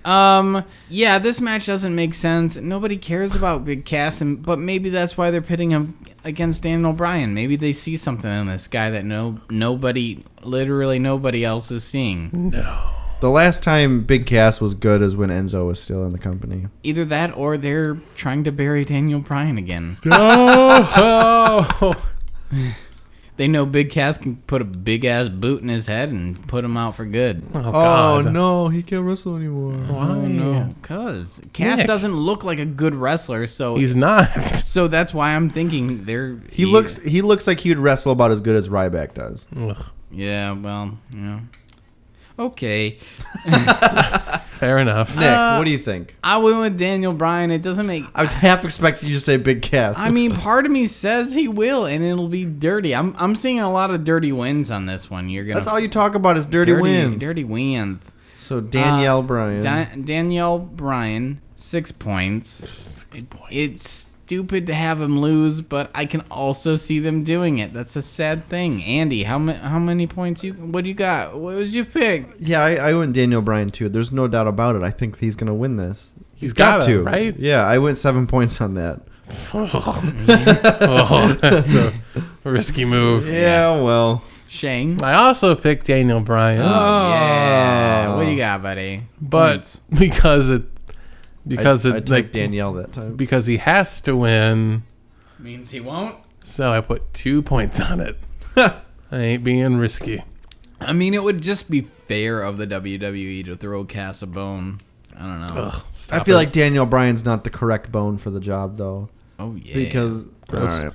[SPEAKER 3] Um, yeah, this match doesn't make sense. Nobody cares about Big Cass, and but maybe that's why they're pitting him against Dan O'Brien. Maybe they see something in this guy that no nobody, literally nobody else is seeing.
[SPEAKER 2] No.
[SPEAKER 1] The last time Big Cass was good is when Enzo was still in the company.
[SPEAKER 3] Either that, or they're trying to bury Daniel Bryan again.
[SPEAKER 2] No.
[SPEAKER 3] They know Big Cass can put a big ass boot in his head and put him out for good.
[SPEAKER 2] Oh,
[SPEAKER 1] Oh
[SPEAKER 2] God.
[SPEAKER 1] no, he can't wrestle anymore.
[SPEAKER 2] Why?
[SPEAKER 3] Oh no, cause Cass
[SPEAKER 2] Nick.
[SPEAKER 3] doesn't look like a good wrestler, so
[SPEAKER 2] He's not.
[SPEAKER 3] so that's why I'm thinking they're
[SPEAKER 1] He looks he looks like he would wrestle about as good as Ryback does.
[SPEAKER 2] Ugh.
[SPEAKER 3] yeah, well, yeah. Okay,
[SPEAKER 2] Fair enough.
[SPEAKER 1] Nick, what do you think?
[SPEAKER 3] I went with Daniel Bryan. It doesn't make.
[SPEAKER 1] I was half expecting you to say Big Cass.
[SPEAKER 3] I mean, part of me says he will, and it'll be dirty. I'm I'm seeing a lot of dirty wins on this one. You're gonna
[SPEAKER 1] that's all you talk about is dirty, wins.
[SPEAKER 3] dirty wins.
[SPEAKER 1] So Danielle Bryan.
[SPEAKER 3] Da- Danielle Bryan, six points. It- It's stupid to have him lose, but I can also see them doing it. That's a sad thing. Andy, how ma- how many points you? What do you got? What was your pick?
[SPEAKER 1] yeah, I, I went Daniel Bryan too. There's no doubt about it. I think he's gonna win this.
[SPEAKER 2] He's
[SPEAKER 1] he's got
[SPEAKER 2] gotta,
[SPEAKER 1] to,
[SPEAKER 2] right?
[SPEAKER 1] Yeah, I went seven points on that.
[SPEAKER 2] oh, that's a risky move.
[SPEAKER 1] Yeah, well,
[SPEAKER 3] Shane.
[SPEAKER 2] I also picked Daniel Bryan,
[SPEAKER 1] Ah,
[SPEAKER 3] Yeah. What do you got, buddy?
[SPEAKER 2] but because it because
[SPEAKER 1] I,
[SPEAKER 2] it
[SPEAKER 1] I took
[SPEAKER 2] like
[SPEAKER 1] Danielle that time.
[SPEAKER 2] because he has to win,
[SPEAKER 3] means he won't.
[SPEAKER 2] so I put two points on it. I ain't being risky.
[SPEAKER 3] I mean, it would just be fair of the WWE to throw Cass a bone. I don't know.
[SPEAKER 2] Ugh, stop
[SPEAKER 1] I feel
[SPEAKER 2] it.
[SPEAKER 1] like Daniel Bryan's not the correct bone for the job though,
[SPEAKER 3] Oh yeah.
[SPEAKER 1] because all
[SPEAKER 2] Gross.
[SPEAKER 1] right.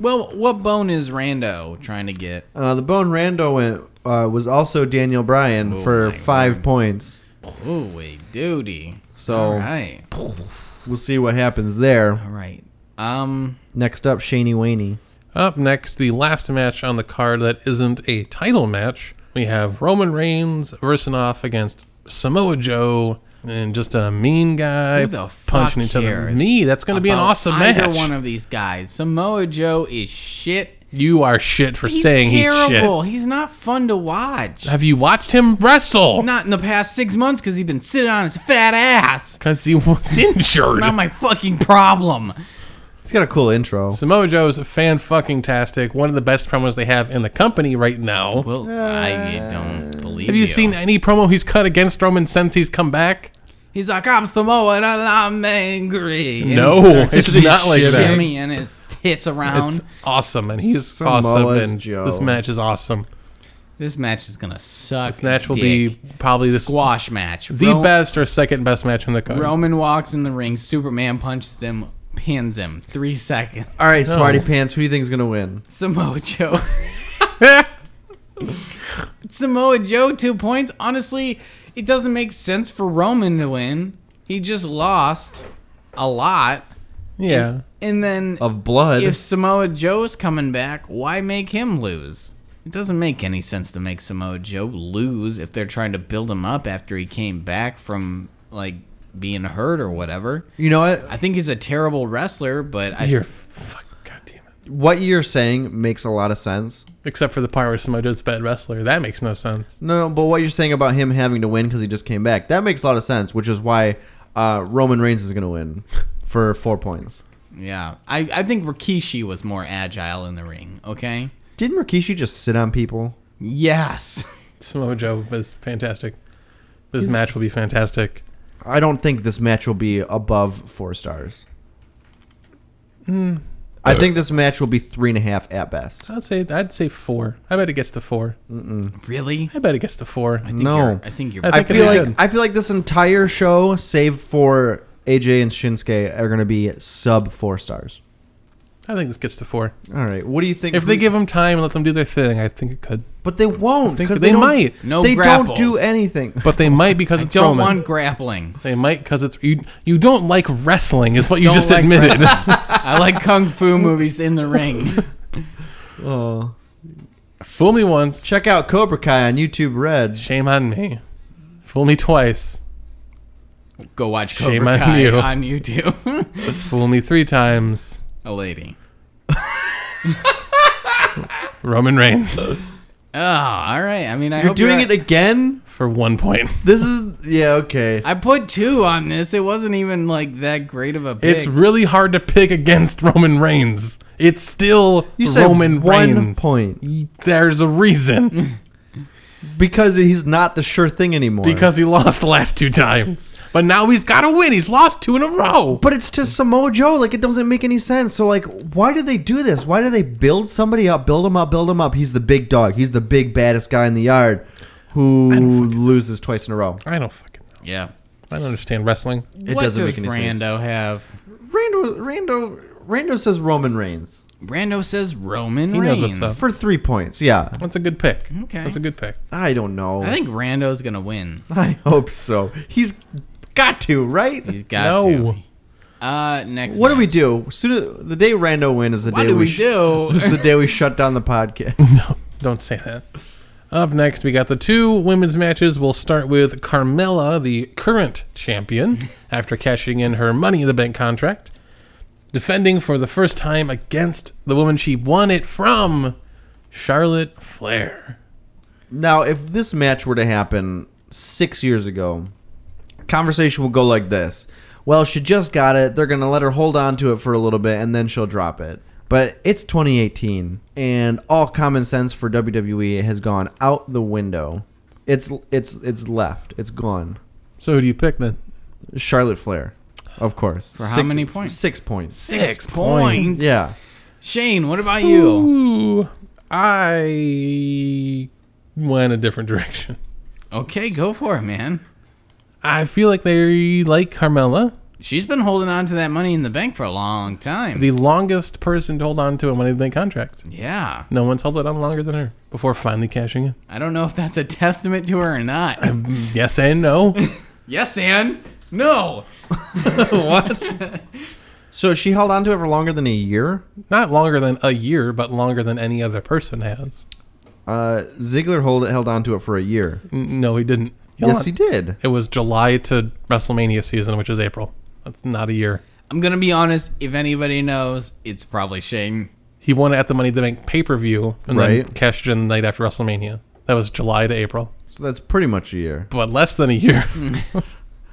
[SPEAKER 3] well, what bone is Rando trying to get?
[SPEAKER 1] Uh, the bone Rando went uh, was also Daniel Bryan
[SPEAKER 3] Oh
[SPEAKER 1] for
[SPEAKER 3] my
[SPEAKER 1] five points.
[SPEAKER 3] Oh wait, duty.
[SPEAKER 1] So
[SPEAKER 3] All right.
[SPEAKER 1] we'll see what happens there.
[SPEAKER 3] All right. Um.
[SPEAKER 1] Next up, Shaney Waney.
[SPEAKER 2] Up next, the last match on the card that isn't a title match. We have Roman Reigns versing off against Samoa Joe and just a mean guy
[SPEAKER 3] Who the fuck
[SPEAKER 2] punching each other.
[SPEAKER 3] cares
[SPEAKER 2] Me, that's going to be an
[SPEAKER 3] about
[SPEAKER 2] awesome
[SPEAKER 3] either
[SPEAKER 2] match.
[SPEAKER 3] one of these guys. Samoa Joe is shit.
[SPEAKER 2] you are shit for
[SPEAKER 3] He's
[SPEAKER 2] saying
[SPEAKER 3] terrible.
[SPEAKER 2] he's shit.
[SPEAKER 3] He's, not fun to watch.
[SPEAKER 2] Have you watched him wrestle?
[SPEAKER 3] Not in the past six months because he's been sitting on his fat ass.
[SPEAKER 2] Because he was
[SPEAKER 3] It's
[SPEAKER 2] injured.
[SPEAKER 3] not my fucking problem.
[SPEAKER 1] He's got a cool intro.
[SPEAKER 2] Samoa Joe's fan fucking tastic. One of the best promos they have in the company right now.
[SPEAKER 3] Well, I don't believe
[SPEAKER 2] Uh, have you seen any promo he's cut against Roman since he's come back?
[SPEAKER 3] He's like, I'm Samoa and I'm angry. And he
[SPEAKER 2] No,
[SPEAKER 3] starts
[SPEAKER 2] it's not like that.
[SPEAKER 3] Jimmying his tits around.
[SPEAKER 2] It's awesome, and he's
[SPEAKER 1] Samoa's
[SPEAKER 2] awesome, and
[SPEAKER 1] Joe.
[SPEAKER 2] this match is awesome.
[SPEAKER 3] this match is gonna suck.
[SPEAKER 2] This match will
[SPEAKER 3] dick.
[SPEAKER 2] be probably the,
[SPEAKER 3] squash match.
[SPEAKER 2] the
[SPEAKER 3] Ro-
[SPEAKER 2] best or second best match on the card.
[SPEAKER 3] Roman walks in the ring. Superman punches him, pins him. Three seconds.
[SPEAKER 1] All right,
[SPEAKER 2] So-
[SPEAKER 1] Smarty Pants, who do you think is gonna win?
[SPEAKER 3] Samoa Joe. Samoa Joe, two points. Honestly, it doesn't make sense for Roman to win. He just lost a lot.
[SPEAKER 2] yeah,
[SPEAKER 3] And then
[SPEAKER 1] Of blood.
[SPEAKER 3] if Samoa Joe is coming back, why make him lose? It doesn't make any sense to make Samoa Joe lose if they're trying to build him up after he came back from like being hurt or whatever.
[SPEAKER 1] you know what?
[SPEAKER 3] I think he's a terrible wrestler, but I,
[SPEAKER 2] you're fuck, god damn it.
[SPEAKER 1] What you're saying makes a lot of sense.
[SPEAKER 2] Except for the part where Samoa Joe's a bad wrestler, that makes no sense.
[SPEAKER 1] No, no, but what you're saying about him having to win because he just came back, that makes a lot of sense, which is why uh, Roman Reigns is gonna win for four points.
[SPEAKER 3] yeah, I, I think Rikishi was more agile in the ring. Okay.
[SPEAKER 1] Didn't Rikishi just sit on people?
[SPEAKER 3] Yes.
[SPEAKER 2] Samoa Joe is fantastic. This match will be fantastic.
[SPEAKER 1] I don't think this match will be above four stars.
[SPEAKER 2] Hmm.
[SPEAKER 1] I think this match will be three and a half at best.
[SPEAKER 2] I'd say I'd say four. I bet it gets to four.
[SPEAKER 3] Really?
[SPEAKER 2] I bet it gets to four.
[SPEAKER 3] I think
[SPEAKER 1] No.
[SPEAKER 3] You're, I think you're.
[SPEAKER 2] I
[SPEAKER 1] I
[SPEAKER 2] think it'd
[SPEAKER 1] feel
[SPEAKER 2] be
[SPEAKER 1] like
[SPEAKER 2] good.
[SPEAKER 1] I feel like this entire show, save for AJ and Shinsuke, are going to be sub four stars.
[SPEAKER 2] I think this gets to four.
[SPEAKER 1] All right, what do you think?
[SPEAKER 2] If they give him time and let them do their thing, I think it could.
[SPEAKER 1] but they won't
[SPEAKER 2] think
[SPEAKER 1] because
[SPEAKER 2] they
[SPEAKER 1] they, don't-
[SPEAKER 2] might.
[SPEAKER 3] No
[SPEAKER 1] they don't
[SPEAKER 3] grapples.
[SPEAKER 1] do anything.
[SPEAKER 2] But they might because
[SPEAKER 3] I
[SPEAKER 2] it's
[SPEAKER 3] don't
[SPEAKER 2] Roman.
[SPEAKER 3] want grappling.
[SPEAKER 2] They might because it's you. You don't like wrestling, is what you
[SPEAKER 3] Don't
[SPEAKER 2] just
[SPEAKER 3] like
[SPEAKER 2] admitted.
[SPEAKER 3] I like kung fu movies in the ring.
[SPEAKER 1] Oh.
[SPEAKER 2] Fool me once,
[SPEAKER 1] Check out Cobra Kai on YouTube Red.
[SPEAKER 2] shame on me. Fool me twice,
[SPEAKER 3] Go watch Cobra
[SPEAKER 2] Shame on
[SPEAKER 3] Kai
[SPEAKER 2] you.
[SPEAKER 3] on YouTube.
[SPEAKER 2] fool me three times.
[SPEAKER 3] A lady.
[SPEAKER 2] Roman Reigns
[SPEAKER 3] Oh, all right. I mean, I
[SPEAKER 1] You're
[SPEAKER 3] hope
[SPEAKER 1] doing
[SPEAKER 3] you're-
[SPEAKER 1] it again?
[SPEAKER 2] for one point.
[SPEAKER 1] This is yeah, okay.
[SPEAKER 3] I put two on this. It wasn't even like that great of a pick.
[SPEAKER 2] It's really hard to pick against Roman Reigns. It's still
[SPEAKER 1] You said
[SPEAKER 2] Roman
[SPEAKER 1] one
[SPEAKER 2] Reigns.
[SPEAKER 1] point.
[SPEAKER 2] Y- There's a reason
[SPEAKER 1] Because he's not the sure thing anymore.
[SPEAKER 2] because he lost the last two times, but now he's got to win. He's lost two in a row.
[SPEAKER 1] But it's to Samoa Joe. Like it doesn't make any sense. So like, why do they do this? Why do they build somebody up, build him up, build him up? He's the big dog. He's the big baddest guy in the yard, who loses twice in a row.
[SPEAKER 2] I don't fucking know.
[SPEAKER 3] yeah.
[SPEAKER 2] I don't understand wrestling.
[SPEAKER 1] It
[SPEAKER 3] what
[SPEAKER 1] doesn't
[SPEAKER 3] does
[SPEAKER 1] make any
[SPEAKER 3] Rando
[SPEAKER 1] sense.
[SPEAKER 3] have?
[SPEAKER 1] Rando, Rando, Rando says Roman Reigns
[SPEAKER 3] Rando says Roman
[SPEAKER 2] He knows
[SPEAKER 3] Reigns.
[SPEAKER 2] what's
[SPEAKER 1] for three points. Yeah,
[SPEAKER 2] That's a good pick.
[SPEAKER 3] Okay.
[SPEAKER 2] That's a good pick.
[SPEAKER 1] I don't know.
[SPEAKER 3] I think Rando's gonna win.
[SPEAKER 1] I hope so. He's got to right.
[SPEAKER 3] He's got
[SPEAKER 2] No.
[SPEAKER 3] to. Uh, next.
[SPEAKER 1] what do we
[SPEAKER 3] match.
[SPEAKER 1] do? Soon the day Rando wins is the
[SPEAKER 3] What
[SPEAKER 1] day
[SPEAKER 3] do we
[SPEAKER 1] sh-
[SPEAKER 3] do?
[SPEAKER 1] is the day we shut down the podcast.
[SPEAKER 2] No, don't say that. Up next, we got the two women's matches. We'll start with Carmella, the current champion, after cashing in her Money in the Bank contract, defending for the first time against the woman she won it from, Charlotte Flair.
[SPEAKER 1] Now, if this match were to happen six years ago, conversation would go like this. Well, she just got it. They're going to let her hold on to it for a little bit and then she'll drop it. But it's 2018 and all common sense for WWE has gone out the window. It's it's it's left. It's gone.
[SPEAKER 2] So who do you pick then?
[SPEAKER 1] Charlotte Flair, of course.
[SPEAKER 3] For how many points?
[SPEAKER 1] 6 points.
[SPEAKER 3] Six points.
[SPEAKER 1] Yeah.
[SPEAKER 3] Shane, what about you?
[SPEAKER 2] Ooh, I went a different direction.
[SPEAKER 3] Okay, go for it, man.
[SPEAKER 2] I feel like they like Carmella.
[SPEAKER 3] She's been holding on to that money in the bank for a long time.
[SPEAKER 2] the longest person to hold on to a Money in the Bank contract.
[SPEAKER 3] yeah.
[SPEAKER 2] No one's held it on longer than her before finally cashing in.
[SPEAKER 3] I don't know if that's a testament to her or not.
[SPEAKER 2] Yes and no.
[SPEAKER 3] yes, and no.
[SPEAKER 1] So she held on to it for longer than a year.
[SPEAKER 2] Not longer than a year, but longer than any other person has.
[SPEAKER 1] Uh, Ziggler hold held on to it for a year.
[SPEAKER 2] N- No, he didn't.
[SPEAKER 1] yes,
[SPEAKER 2] on.
[SPEAKER 1] he did.
[SPEAKER 2] It was July to WrestleMania season, which is April. That's not a year.
[SPEAKER 3] I'm gonna be honest. If anybody knows, it's probably Shane.
[SPEAKER 2] He won it at the Money in the Bank pay per view and then
[SPEAKER 1] Right.
[SPEAKER 2] cashed in the night after WrestleMania. That was July to April,
[SPEAKER 1] So that's pretty much a year.
[SPEAKER 2] but less than a year.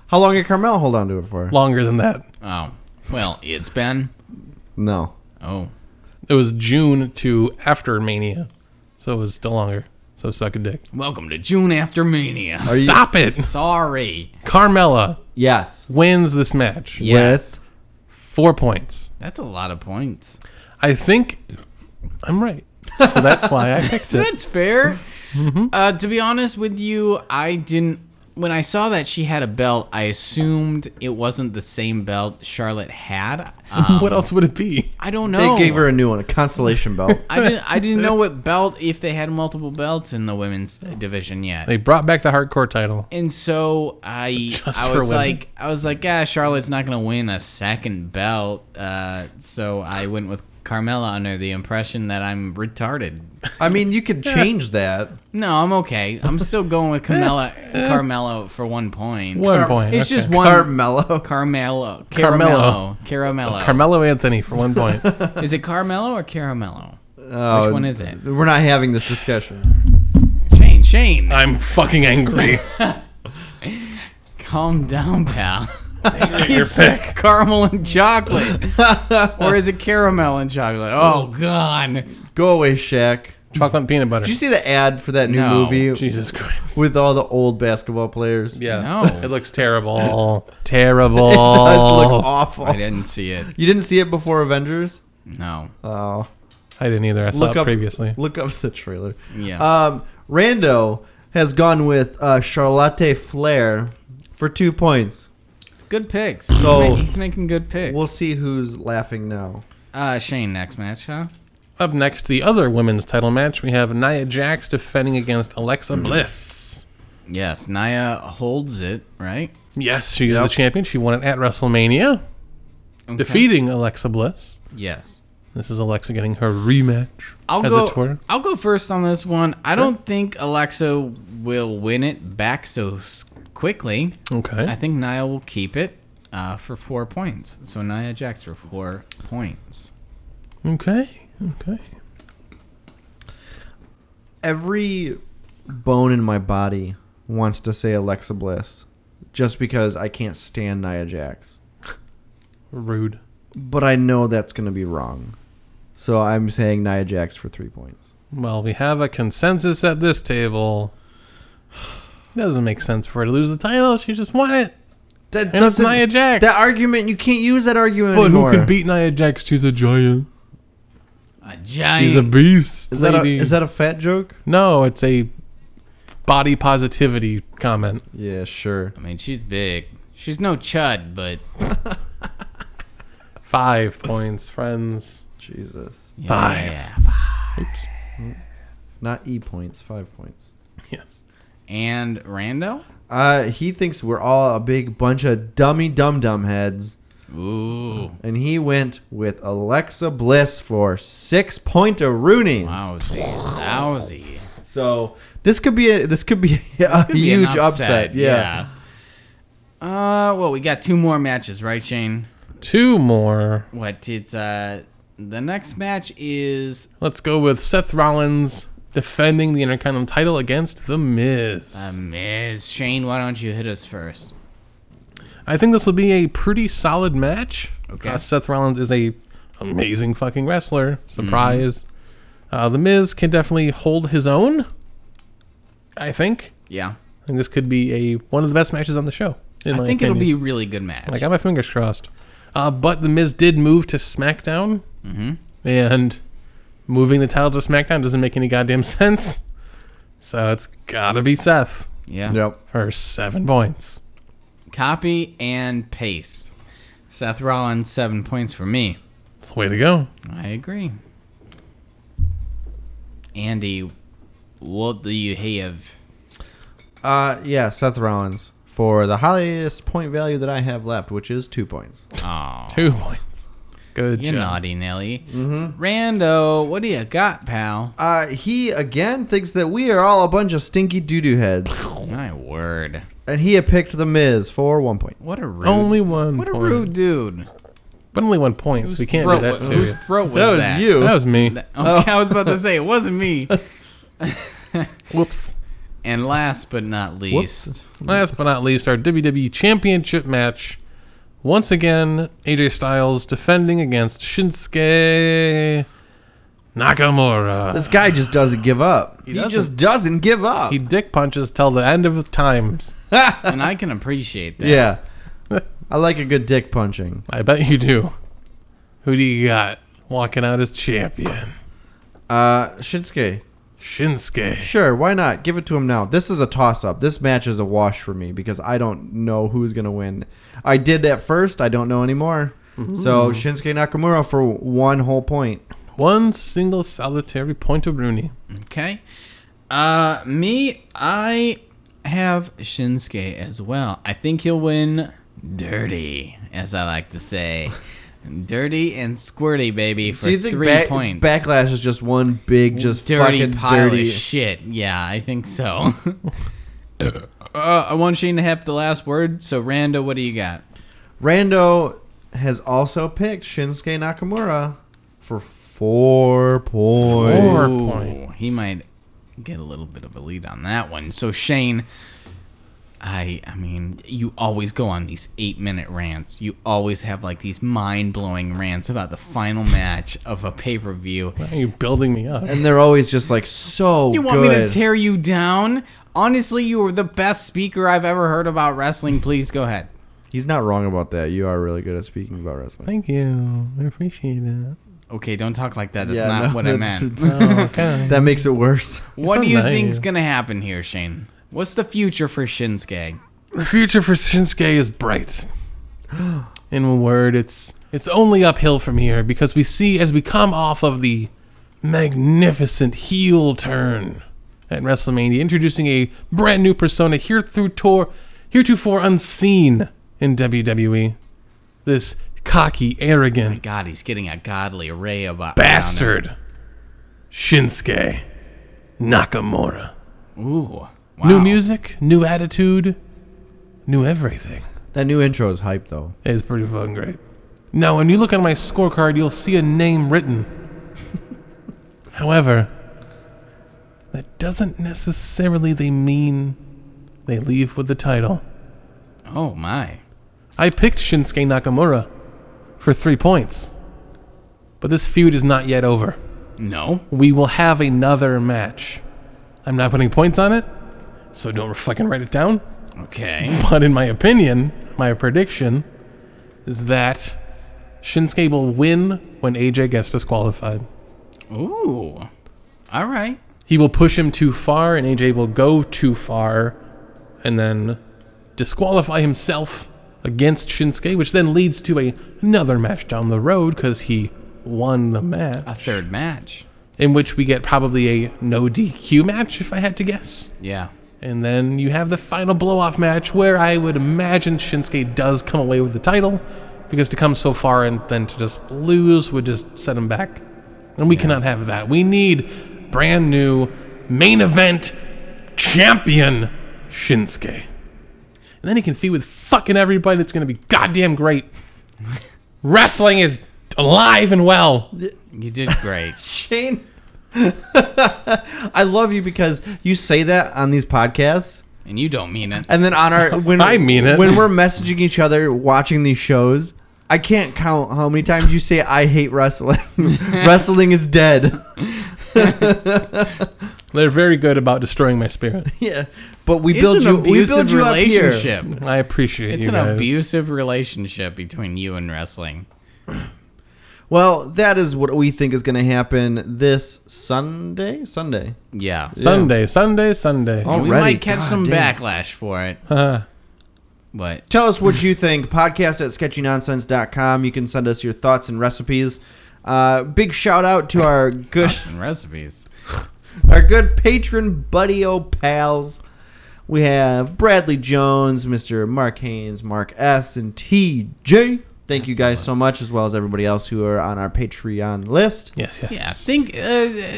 [SPEAKER 1] How long did Carmel hold on to it for?
[SPEAKER 2] longer than that.
[SPEAKER 3] Oh, well, it's been.
[SPEAKER 1] No.
[SPEAKER 3] Oh,
[SPEAKER 2] It was June to after Mania, so it was still longer. So suck a dick.
[SPEAKER 3] welcome to June after Mania.
[SPEAKER 1] Are you-
[SPEAKER 2] Stop it.
[SPEAKER 3] Sorry.
[SPEAKER 2] Carmella
[SPEAKER 1] Yes.
[SPEAKER 2] wins this match.
[SPEAKER 1] Yes.
[SPEAKER 2] Four points.
[SPEAKER 3] That's a lot of points.
[SPEAKER 2] I think I'm right. So that's Mm-hmm. why I picked it.
[SPEAKER 3] That's fair. Uh, to be honest with you, I didn't. When I saw that she had a belt, I assumed it wasn't the same belt Charlotte had. Um,
[SPEAKER 2] what else would it be?
[SPEAKER 3] I don't
[SPEAKER 1] They
[SPEAKER 3] know.
[SPEAKER 1] gave her a new one, a constellation belt.
[SPEAKER 3] I didn't. I didn't know what belt if they had multiple belts in the women's division yet.
[SPEAKER 2] They brought back the hardcore title.
[SPEAKER 3] and so I, I
[SPEAKER 2] for
[SPEAKER 3] was
[SPEAKER 2] women.
[SPEAKER 3] like, I was like, ah, Charlotte's not gonna win a second belt. Uh, so I went with Carmella under the impression that I'm retarded.
[SPEAKER 1] I mean, you could change that.
[SPEAKER 3] No, I'm okay. I'm still going with Carmella, Carmelo for one point.
[SPEAKER 2] One point.
[SPEAKER 3] It's
[SPEAKER 2] okay.
[SPEAKER 3] just one.
[SPEAKER 1] Carmelo.
[SPEAKER 3] Carmelo.
[SPEAKER 2] Carmelo.
[SPEAKER 3] Caramelo. Caramelo.
[SPEAKER 2] Carmelo Anthony for one point.
[SPEAKER 3] is it Carmelo or Caramelo?
[SPEAKER 1] Oh,
[SPEAKER 3] Which one is it?
[SPEAKER 1] We're not having this discussion.
[SPEAKER 3] Shane, Shane.
[SPEAKER 2] I'm fucking angry.
[SPEAKER 3] Calm down, pal.
[SPEAKER 2] Your
[SPEAKER 3] It's
[SPEAKER 2] pick.
[SPEAKER 3] caramel and chocolate. or is it caramel and chocolate? Oh, God.
[SPEAKER 1] Go away, Shaq.
[SPEAKER 2] Chocolate and peanut butter.
[SPEAKER 1] Did you see the ad for that new
[SPEAKER 3] No.
[SPEAKER 1] movie
[SPEAKER 2] Jesus Christ.
[SPEAKER 1] with all the old basketball players?
[SPEAKER 2] Yes.
[SPEAKER 3] No.
[SPEAKER 2] It looks terrible. terrible.
[SPEAKER 1] It does
[SPEAKER 2] Oh.
[SPEAKER 1] look awful.
[SPEAKER 3] I didn't see it.
[SPEAKER 1] You didn't see it before Avengers?
[SPEAKER 3] No.
[SPEAKER 1] Oh.
[SPEAKER 2] I didn't either. I saw
[SPEAKER 1] Look
[SPEAKER 2] it
[SPEAKER 1] up
[SPEAKER 2] previously.
[SPEAKER 1] Look up the trailer.
[SPEAKER 3] Yeah.
[SPEAKER 1] Um, Rando has gone with uh, Charlotte Flair for two points.
[SPEAKER 3] good picks. He's,
[SPEAKER 1] So-
[SPEAKER 3] ma- he's making good picks.
[SPEAKER 1] We'll see who's laughing now.
[SPEAKER 3] uh, Shane, next match, huh?
[SPEAKER 2] Up next, the other women's title match. We have Nia Jax defending against Alexa Bliss.
[SPEAKER 3] Yes, Naya holds it, right?
[SPEAKER 2] Yes, she is the champion. She won it at WrestleMania, defeating Alexa Bliss.
[SPEAKER 3] Yes.
[SPEAKER 2] This is Alexa getting her rematch.
[SPEAKER 3] I'll
[SPEAKER 2] as
[SPEAKER 3] go.
[SPEAKER 2] it's were.
[SPEAKER 3] I'll go first on this one. I don't think Alexa will win it back so s- quickly.
[SPEAKER 2] Okay.
[SPEAKER 3] I think Nia will keep it uh, for four points. So Nia Jax for four points.
[SPEAKER 2] okay. Okay.
[SPEAKER 1] every bone in my body wants to say Alexa Bliss just because I can't stand Nia Jax.
[SPEAKER 2] Rude.
[SPEAKER 1] But I know that's going to be wrong. So I'm saying Nia Jax for three points.
[SPEAKER 2] Well, we have a consensus at this table. It doesn't make sense for her to lose the title. She just won it.
[SPEAKER 1] That
[SPEAKER 2] And it's
[SPEAKER 1] doesn't.
[SPEAKER 2] Nia Jax.
[SPEAKER 1] That argument, you can't use that argument
[SPEAKER 2] but
[SPEAKER 1] anymore.
[SPEAKER 2] who can beat Nia Jax? She's a giant.
[SPEAKER 3] A giant.
[SPEAKER 2] She's a beast.
[SPEAKER 1] Is that, a,
[SPEAKER 2] lady.
[SPEAKER 1] is that a fat joke?
[SPEAKER 2] no, it's a body positivity comment.
[SPEAKER 1] Yeah, sure.
[SPEAKER 3] I mean, she's big. She's no chud, but
[SPEAKER 2] Five points, friends.
[SPEAKER 1] Jesus.
[SPEAKER 2] Five.
[SPEAKER 3] Yeah.
[SPEAKER 2] Oops.
[SPEAKER 1] Not E points, five points.
[SPEAKER 2] Yes.
[SPEAKER 3] And Rando.
[SPEAKER 1] Uh, he thinks we're all a big bunch of dummy dum dum heads.
[SPEAKER 3] Ooh.
[SPEAKER 1] And he went with Alexa Bliss for six point a Rooney.
[SPEAKER 3] Lousy. Lousy.
[SPEAKER 1] So this could be a this could be a
[SPEAKER 3] Could be an
[SPEAKER 1] huge upset. Yeah.
[SPEAKER 3] yeah. Uh, well, we got two more matches, right, Shane?
[SPEAKER 2] Two more.
[SPEAKER 3] What? It's uh, the next match is
[SPEAKER 2] Let's go with Seth Rollins defending the Intercontinental title against The Miz.
[SPEAKER 3] uh, Miz Shane. Why don't you hit us first?
[SPEAKER 2] I think this will be a pretty solid match.
[SPEAKER 3] Okay. Mm-hmm.
[SPEAKER 2] Uh, Seth Rollins is a amazing fucking wrestler. Surprise. Uh, the Miz can definitely hold his own. I think.
[SPEAKER 3] Yeah.
[SPEAKER 2] I think this could be a one of the best matches on the show. in
[SPEAKER 3] I
[SPEAKER 2] my
[SPEAKER 3] think it'll
[SPEAKER 2] opinion.
[SPEAKER 3] be a really good match.
[SPEAKER 2] I got my fingers crossed. Uh, but The Miz did move to SmackDown. Mm-hmm. And moving the title to SmackDown doesn't make any goddamn sense. So it's gotta be Seth
[SPEAKER 3] yeah.
[SPEAKER 1] Yep.
[SPEAKER 2] for seven points.
[SPEAKER 3] Copy and paste. Seth Rollins seven points for me.
[SPEAKER 2] It's the way to go.
[SPEAKER 3] I agree. Andy, what do you have?
[SPEAKER 1] Uh, yeah. Seth Rollins for the highest point value that I have left, which is two points.
[SPEAKER 3] Oh,
[SPEAKER 2] Two points. Good
[SPEAKER 3] you
[SPEAKER 2] job.
[SPEAKER 3] naughty Nelly. Rando, what do you got, pal?
[SPEAKER 1] Uh, he again thinks that we are all a bunch of stinky doo doo heads,
[SPEAKER 3] My word,
[SPEAKER 1] and he had picked the Miz for one point.
[SPEAKER 3] what a rude,
[SPEAKER 2] Only one
[SPEAKER 3] what a
[SPEAKER 2] point.
[SPEAKER 3] rude dude.
[SPEAKER 2] But only one point. so
[SPEAKER 3] Whose
[SPEAKER 2] we can't
[SPEAKER 3] throat
[SPEAKER 2] be that
[SPEAKER 3] was-
[SPEAKER 2] serious.
[SPEAKER 3] whose throat was That was that? oh. you.
[SPEAKER 2] That was me.
[SPEAKER 3] That- okay, I was about to say it wasn't me.
[SPEAKER 2] Whoops.
[SPEAKER 3] and last but not least,
[SPEAKER 2] Last but not least, our WWE Championship match. Once again, AJ Styles defending against Shinsuke Nakamura.
[SPEAKER 1] This guy just doesn't give up. He,
[SPEAKER 2] doesn't.
[SPEAKER 1] just doesn't give up.
[SPEAKER 2] He dick punches till the end of times.
[SPEAKER 3] and I can appreciate that.
[SPEAKER 1] yeah. I like a good dick punching.
[SPEAKER 2] I bet you do. Who do you got walking out as champion?
[SPEAKER 1] Uh, Shinsuke.
[SPEAKER 2] Shinsuke.
[SPEAKER 1] Sure, why not? Give it to him now. This is a toss up. This match is a wash for me because I don't know who's going to win. I did at first, I don't know anymore. So Shinsuke Nakamura for one whole point.
[SPEAKER 2] One single solitary point of Rooney.
[SPEAKER 3] Okay. Uh, me, I have Shinsuke as well. I think he'll win dirty, as I like to say. dirty and squirty, baby, for
[SPEAKER 1] Do you think
[SPEAKER 3] three
[SPEAKER 1] Back-
[SPEAKER 3] points.
[SPEAKER 1] Backlash is just one big, just
[SPEAKER 3] dirty
[SPEAKER 1] fucking
[SPEAKER 3] pile
[SPEAKER 1] dirty?
[SPEAKER 3] of shit. Yeah, I think so. uh, I want Shane to have the last word. So, Rando, what do you got?
[SPEAKER 1] Rando has also picked Shinsuke Nakamura for four points.
[SPEAKER 2] Four
[SPEAKER 3] Ooh,
[SPEAKER 2] points.
[SPEAKER 3] He might get a little bit of a lead on that one. So Shane, I I mean, you always go on these eight minute rants. You always have like these mind blowing rants about the final match of a pay per view.
[SPEAKER 1] Oh,
[SPEAKER 2] Why are you building me up?
[SPEAKER 1] And they're always just like so
[SPEAKER 3] You want
[SPEAKER 1] good.
[SPEAKER 3] me to tear you down? Honestly, you were the best speaker I've ever heard about wrestling. Please go ahead.
[SPEAKER 1] He's not wrong about that. You are really good at speaking about wrestling.
[SPEAKER 2] Thank you. I appreciate it.
[SPEAKER 3] Okay, don't talk like that. That's
[SPEAKER 1] Yeah, no,
[SPEAKER 3] not what I
[SPEAKER 1] that's-
[SPEAKER 3] meant.
[SPEAKER 2] Oh, okay.
[SPEAKER 1] That makes it worse.
[SPEAKER 3] What
[SPEAKER 2] so
[SPEAKER 3] do you
[SPEAKER 2] nice.
[SPEAKER 3] think's gonna happen here, Shane? What's the future for Shinsuke?
[SPEAKER 2] the future for Shinsuke is bright. In a word, it's it's only uphill from here because we see as we come off of the magnificent heel turn at WrestleMania, introducing a brand new persona here through tour heretofore unseen in WWE. E, This cocky, arrogant
[SPEAKER 3] God, he's getting a godly array of uh,
[SPEAKER 2] bastard Shinsuke Nakamura.
[SPEAKER 3] Ooh, wow.
[SPEAKER 2] New music, new attitude, new everything.
[SPEAKER 1] That new intro is hype though.
[SPEAKER 2] It's pretty fucking great. Now, when you look at my scorecard, you'll see a name written. However, that doesn't necessarily they mean they leave with the title.
[SPEAKER 3] Oh my.
[SPEAKER 2] I picked Shinsuke Nakamura for three points, but this feud is not yet over.
[SPEAKER 3] No.
[SPEAKER 2] We will have another match. I'm not putting points on it, so don't fucking write it down.
[SPEAKER 3] Okay.
[SPEAKER 2] But in my opinion, my prediction is that Shinsuke will win when AJ gets disqualified.
[SPEAKER 3] Ooh. All right.
[SPEAKER 2] He will push him too far, and AJ will go too far and then disqualify himself against Shinsuke, which then leads to a, another match down the road because he won the
[SPEAKER 3] A
[SPEAKER 2] match,
[SPEAKER 3] third match.
[SPEAKER 2] in which we get probably a no DQ match, if I had to guess.
[SPEAKER 3] Yeah.
[SPEAKER 2] And then you have the final blow off match where I would imagine Shinsuke does come away with the title because to come so far and then to just lose would just set him back. And we cannot have that. We need brand new main event champion Shinsuke. And then he can feed with fucking everybody that's going to be goddamn great. Wrestling is alive and well.
[SPEAKER 3] You did great.
[SPEAKER 1] Shane, I love you because you say that on these podcasts,
[SPEAKER 3] and you don't mean it.
[SPEAKER 1] and then on our when
[SPEAKER 2] I mean it.
[SPEAKER 1] when we're messaging each other watching these shows. I can't count how many times you say I hate wrestling. wrestling is dead.
[SPEAKER 2] They're very good about destroying my spirit.
[SPEAKER 1] Yeah, but we
[SPEAKER 3] It's
[SPEAKER 1] build
[SPEAKER 3] an
[SPEAKER 1] you. We
[SPEAKER 3] abusive
[SPEAKER 1] build you up here.
[SPEAKER 3] relationship.
[SPEAKER 2] I appreciate
[SPEAKER 3] It's
[SPEAKER 2] you
[SPEAKER 3] an
[SPEAKER 2] guys.
[SPEAKER 3] abusive relationship between you and wrestling.
[SPEAKER 1] Well, that is what we think is going to happen this Sunday. Sunday.
[SPEAKER 3] Yeah.
[SPEAKER 2] Sunday, Sunday, Sunday.
[SPEAKER 1] Oh.
[SPEAKER 3] And we
[SPEAKER 1] Already?
[SPEAKER 3] might catch
[SPEAKER 1] God
[SPEAKER 3] some
[SPEAKER 1] damn.
[SPEAKER 3] backlash for it,
[SPEAKER 2] Uh,
[SPEAKER 3] but
[SPEAKER 1] Tell us what you think. Podcast at sketchynonsense.com. You can send us your thoughts and recipes. Uh, big shout out to our good
[SPEAKER 3] some recipes.
[SPEAKER 1] our good patron buddy o pals. We have Bradley Jones, Mr. Mark Haynes, Mark S, and TJ. Thank you guys so much, as well as everybody else who are on our Patreon list.
[SPEAKER 2] yes, yes.
[SPEAKER 3] Yeah, think. Uh,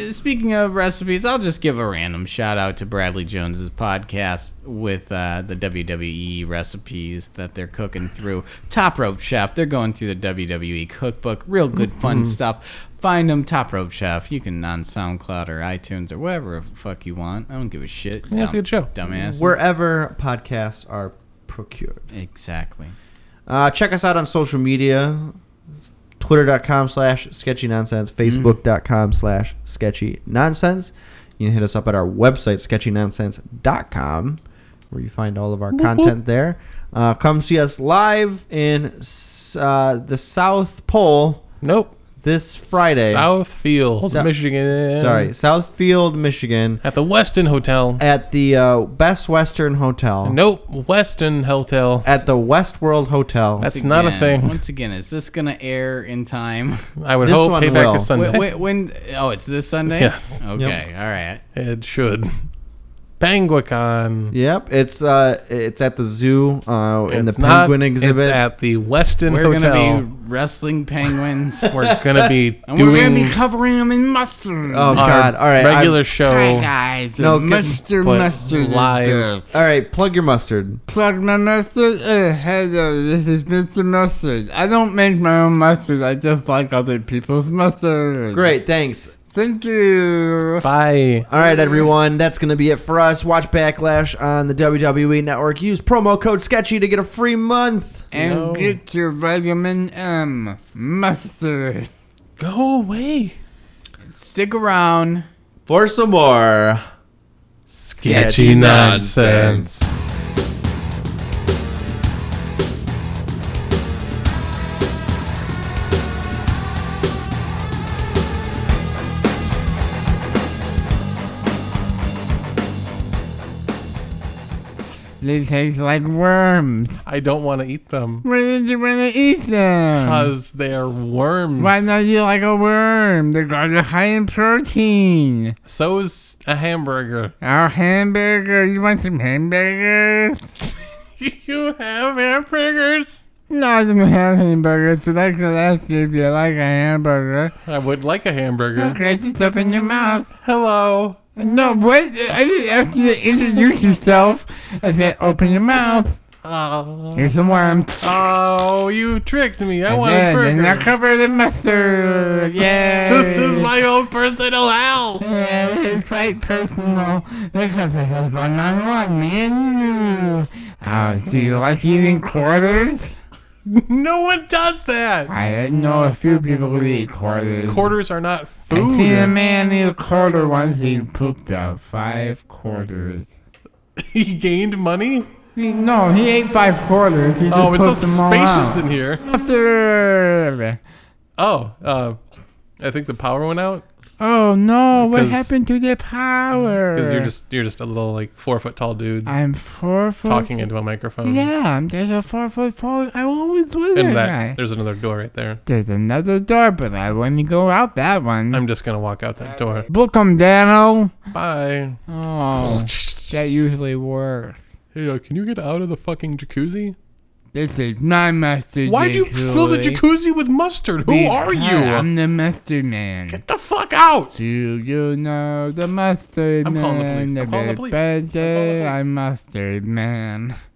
[SPEAKER 3] uh, speaking of recipes, I'll just give a random shout out to Bradley Jones's podcast with uh, the WWE recipes that they're cooking through. Top Rope Chef, they're going through the WWE cookbook. Real good, fun
[SPEAKER 2] Mm-hmm.
[SPEAKER 3] stuff. Find them, Top Rope Chef. You can on SoundCloud or iTunes or whatever the fuck you want. I don't give a shit.
[SPEAKER 2] Yeah, it's a good show.
[SPEAKER 3] Dumbass.
[SPEAKER 1] Wherever podcasts are procured.
[SPEAKER 3] exactly.
[SPEAKER 1] Uh, check us out on social media twitter.com slash sketchy nonsense, facebook.com slash sketchy nonsense. You can hit us up at our website, sketchynonsense.com, where you find all of our content there. Uh, come see us live in s- uh, the South Pole
[SPEAKER 2] Nope.
[SPEAKER 1] this Friday.
[SPEAKER 2] Southfield,
[SPEAKER 1] Sou-
[SPEAKER 2] Michigan.
[SPEAKER 1] Sorry, Southfield, Michigan,
[SPEAKER 2] At the Weston Hotel.
[SPEAKER 1] at the uh, Best Western Hotel,
[SPEAKER 2] nope. Weston Hotel.
[SPEAKER 1] at the Westworld Hotel.
[SPEAKER 2] That's not a
[SPEAKER 3] Again,
[SPEAKER 2] thing.
[SPEAKER 3] Once again, is this gonna air in time?
[SPEAKER 2] I would
[SPEAKER 1] This
[SPEAKER 2] hope
[SPEAKER 1] one
[SPEAKER 2] payback
[SPEAKER 1] will.
[SPEAKER 2] is Sunday.
[SPEAKER 3] Wait, wait, when? Oh, it's this Sunday.
[SPEAKER 2] Yes.
[SPEAKER 3] Okay. All right.
[SPEAKER 2] It should. Banguicon.
[SPEAKER 1] Yep, it's uh, it's at the zoo uh, in the
[SPEAKER 2] It's not-
[SPEAKER 1] penguin
[SPEAKER 2] it's
[SPEAKER 1] exhibit.
[SPEAKER 2] at the Weston
[SPEAKER 3] We're
[SPEAKER 2] Hotel.
[SPEAKER 3] gonna be wrestling penguins, and
[SPEAKER 2] we're gonna be
[SPEAKER 3] we're
[SPEAKER 2] doing
[SPEAKER 3] gonna be covering them in mustard.
[SPEAKER 2] our
[SPEAKER 1] Oh God! All right,
[SPEAKER 2] regular
[SPEAKER 1] I'm-
[SPEAKER 2] show.
[SPEAKER 3] Hi guys,
[SPEAKER 1] No,
[SPEAKER 3] no,
[SPEAKER 1] good-
[SPEAKER 3] mustard,
[SPEAKER 2] but
[SPEAKER 3] mustard
[SPEAKER 2] live.
[SPEAKER 3] live. Is good.
[SPEAKER 1] all right, plug your mustard.
[SPEAKER 3] Plug my mustard. Uh, hello, this is Mr. Mustard. I don't make my own mustard. I just like other people's mustard.
[SPEAKER 1] Great, thanks.
[SPEAKER 3] Thank you.
[SPEAKER 2] Bye.
[SPEAKER 1] All right, everyone, that's gonna be it for us. Watch Backlash on the WWE Network. Use promo code Sketchy to get a free month.
[SPEAKER 3] And
[SPEAKER 2] No.
[SPEAKER 3] get your vitamin M mustard.
[SPEAKER 2] Go away.
[SPEAKER 3] Stick around.
[SPEAKER 1] For some more.
[SPEAKER 2] Sketchy nonsense.
[SPEAKER 3] They taste like worms.
[SPEAKER 2] I don't want to eat them
[SPEAKER 3] Why did you want to eat them?
[SPEAKER 2] because they're worms.
[SPEAKER 3] Why not you like a worm? They're going to high in protein.
[SPEAKER 2] So is a hamburger.
[SPEAKER 3] Our hamburger. You want some hamburgers?
[SPEAKER 2] you have hamburgers?
[SPEAKER 3] No, I didn't have hamburgers, but I could ask you if you like a hamburger.
[SPEAKER 2] I would like a hamburger.
[SPEAKER 3] Okay, just open your mouth.
[SPEAKER 2] Hello.
[SPEAKER 3] No, wait, I didn't ask you to introduce yourself. I said, open your mouth.
[SPEAKER 2] Oh,
[SPEAKER 3] Here's some worm.
[SPEAKER 2] oh you tricked me. I want a
[SPEAKER 3] Yeah, and they're
[SPEAKER 2] burger.
[SPEAKER 3] covered in mustard. Yay.
[SPEAKER 2] This is my own personal hell.
[SPEAKER 3] Yeah, it's quite personal because this is one on one, me and you. Uh, do you like eating quarters?
[SPEAKER 2] No one does that.
[SPEAKER 3] I didn't know a few people who eat quarters.
[SPEAKER 2] Quarters are not
[SPEAKER 3] I seen a
[SPEAKER 2] food.
[SPEAKER 3] man eat a quarter once. He pooped out five quarters.
[SPEAKER 2] He gained money.
[SPEAKER 3] He- No, he ate five quarters. He
[SPEAKER 2] Oh, it's
[SPEAKER 3] just
[SPEAKER 2] so
[SPEAKER 3] pooped them all out.
[SPEAKER 2] spacious in here.
[SPEAKER 3] Mustard.
[SPEAKER 2] Oh, uh, I think the power went out
[SPEAKER 3] Oh no! What
[SPEAKER 2] Because-
[SPEAKER 3] happened to the power?
[SPEAKER 2] because you're just you're just a little like four foot tall dude
[SPEAKER 3] I'm four foot.
[SPEAKER 2] talking into a microphone.
[SPEAKER 3] Yeah, I'm just a four foot tall. I always was that,
[SPEAKER 2] And
[SPEAKER 3] guy.
[SPEAKER 2] that there's another door right there.
[SPEAKER 3] There's another door, but I wouldn't go out that one.
[SPEAKER 2] I'm just gonna walk out that door.
[SPEAKER 3] Book 'em, Dano.
[SPEAKER 2] Bye.
[SPEAKER 3] Oh, that usually works.
[SPEAKER 2] Hey, uh, can you get out of the fucking jacuzzi?
[SPEAKER 3] This is my mustard.
[SPEAKER 2] Why'd you fill the
[SPEAKER 3] jacuzzi?
[SPEAKER 2] jacuzzi with mustard? Who are you?
[SPEAKER 3] I'm the mustard man.
[SPEAKER 2] Get the fuck out!
[SPEAKER 3] Do you know the mustard
[SPEAKER 2] I'm
[SPEAKER 3] man?
[SPEAKER 2] calling the police. I'm calling the
[SPEAKER 3] big
[SPEAKER 2] police. I'm calling the
[SPEAKER 3] budget,
[SPEAKER 2] police.
[SPEAKER 3] I'm mustard man.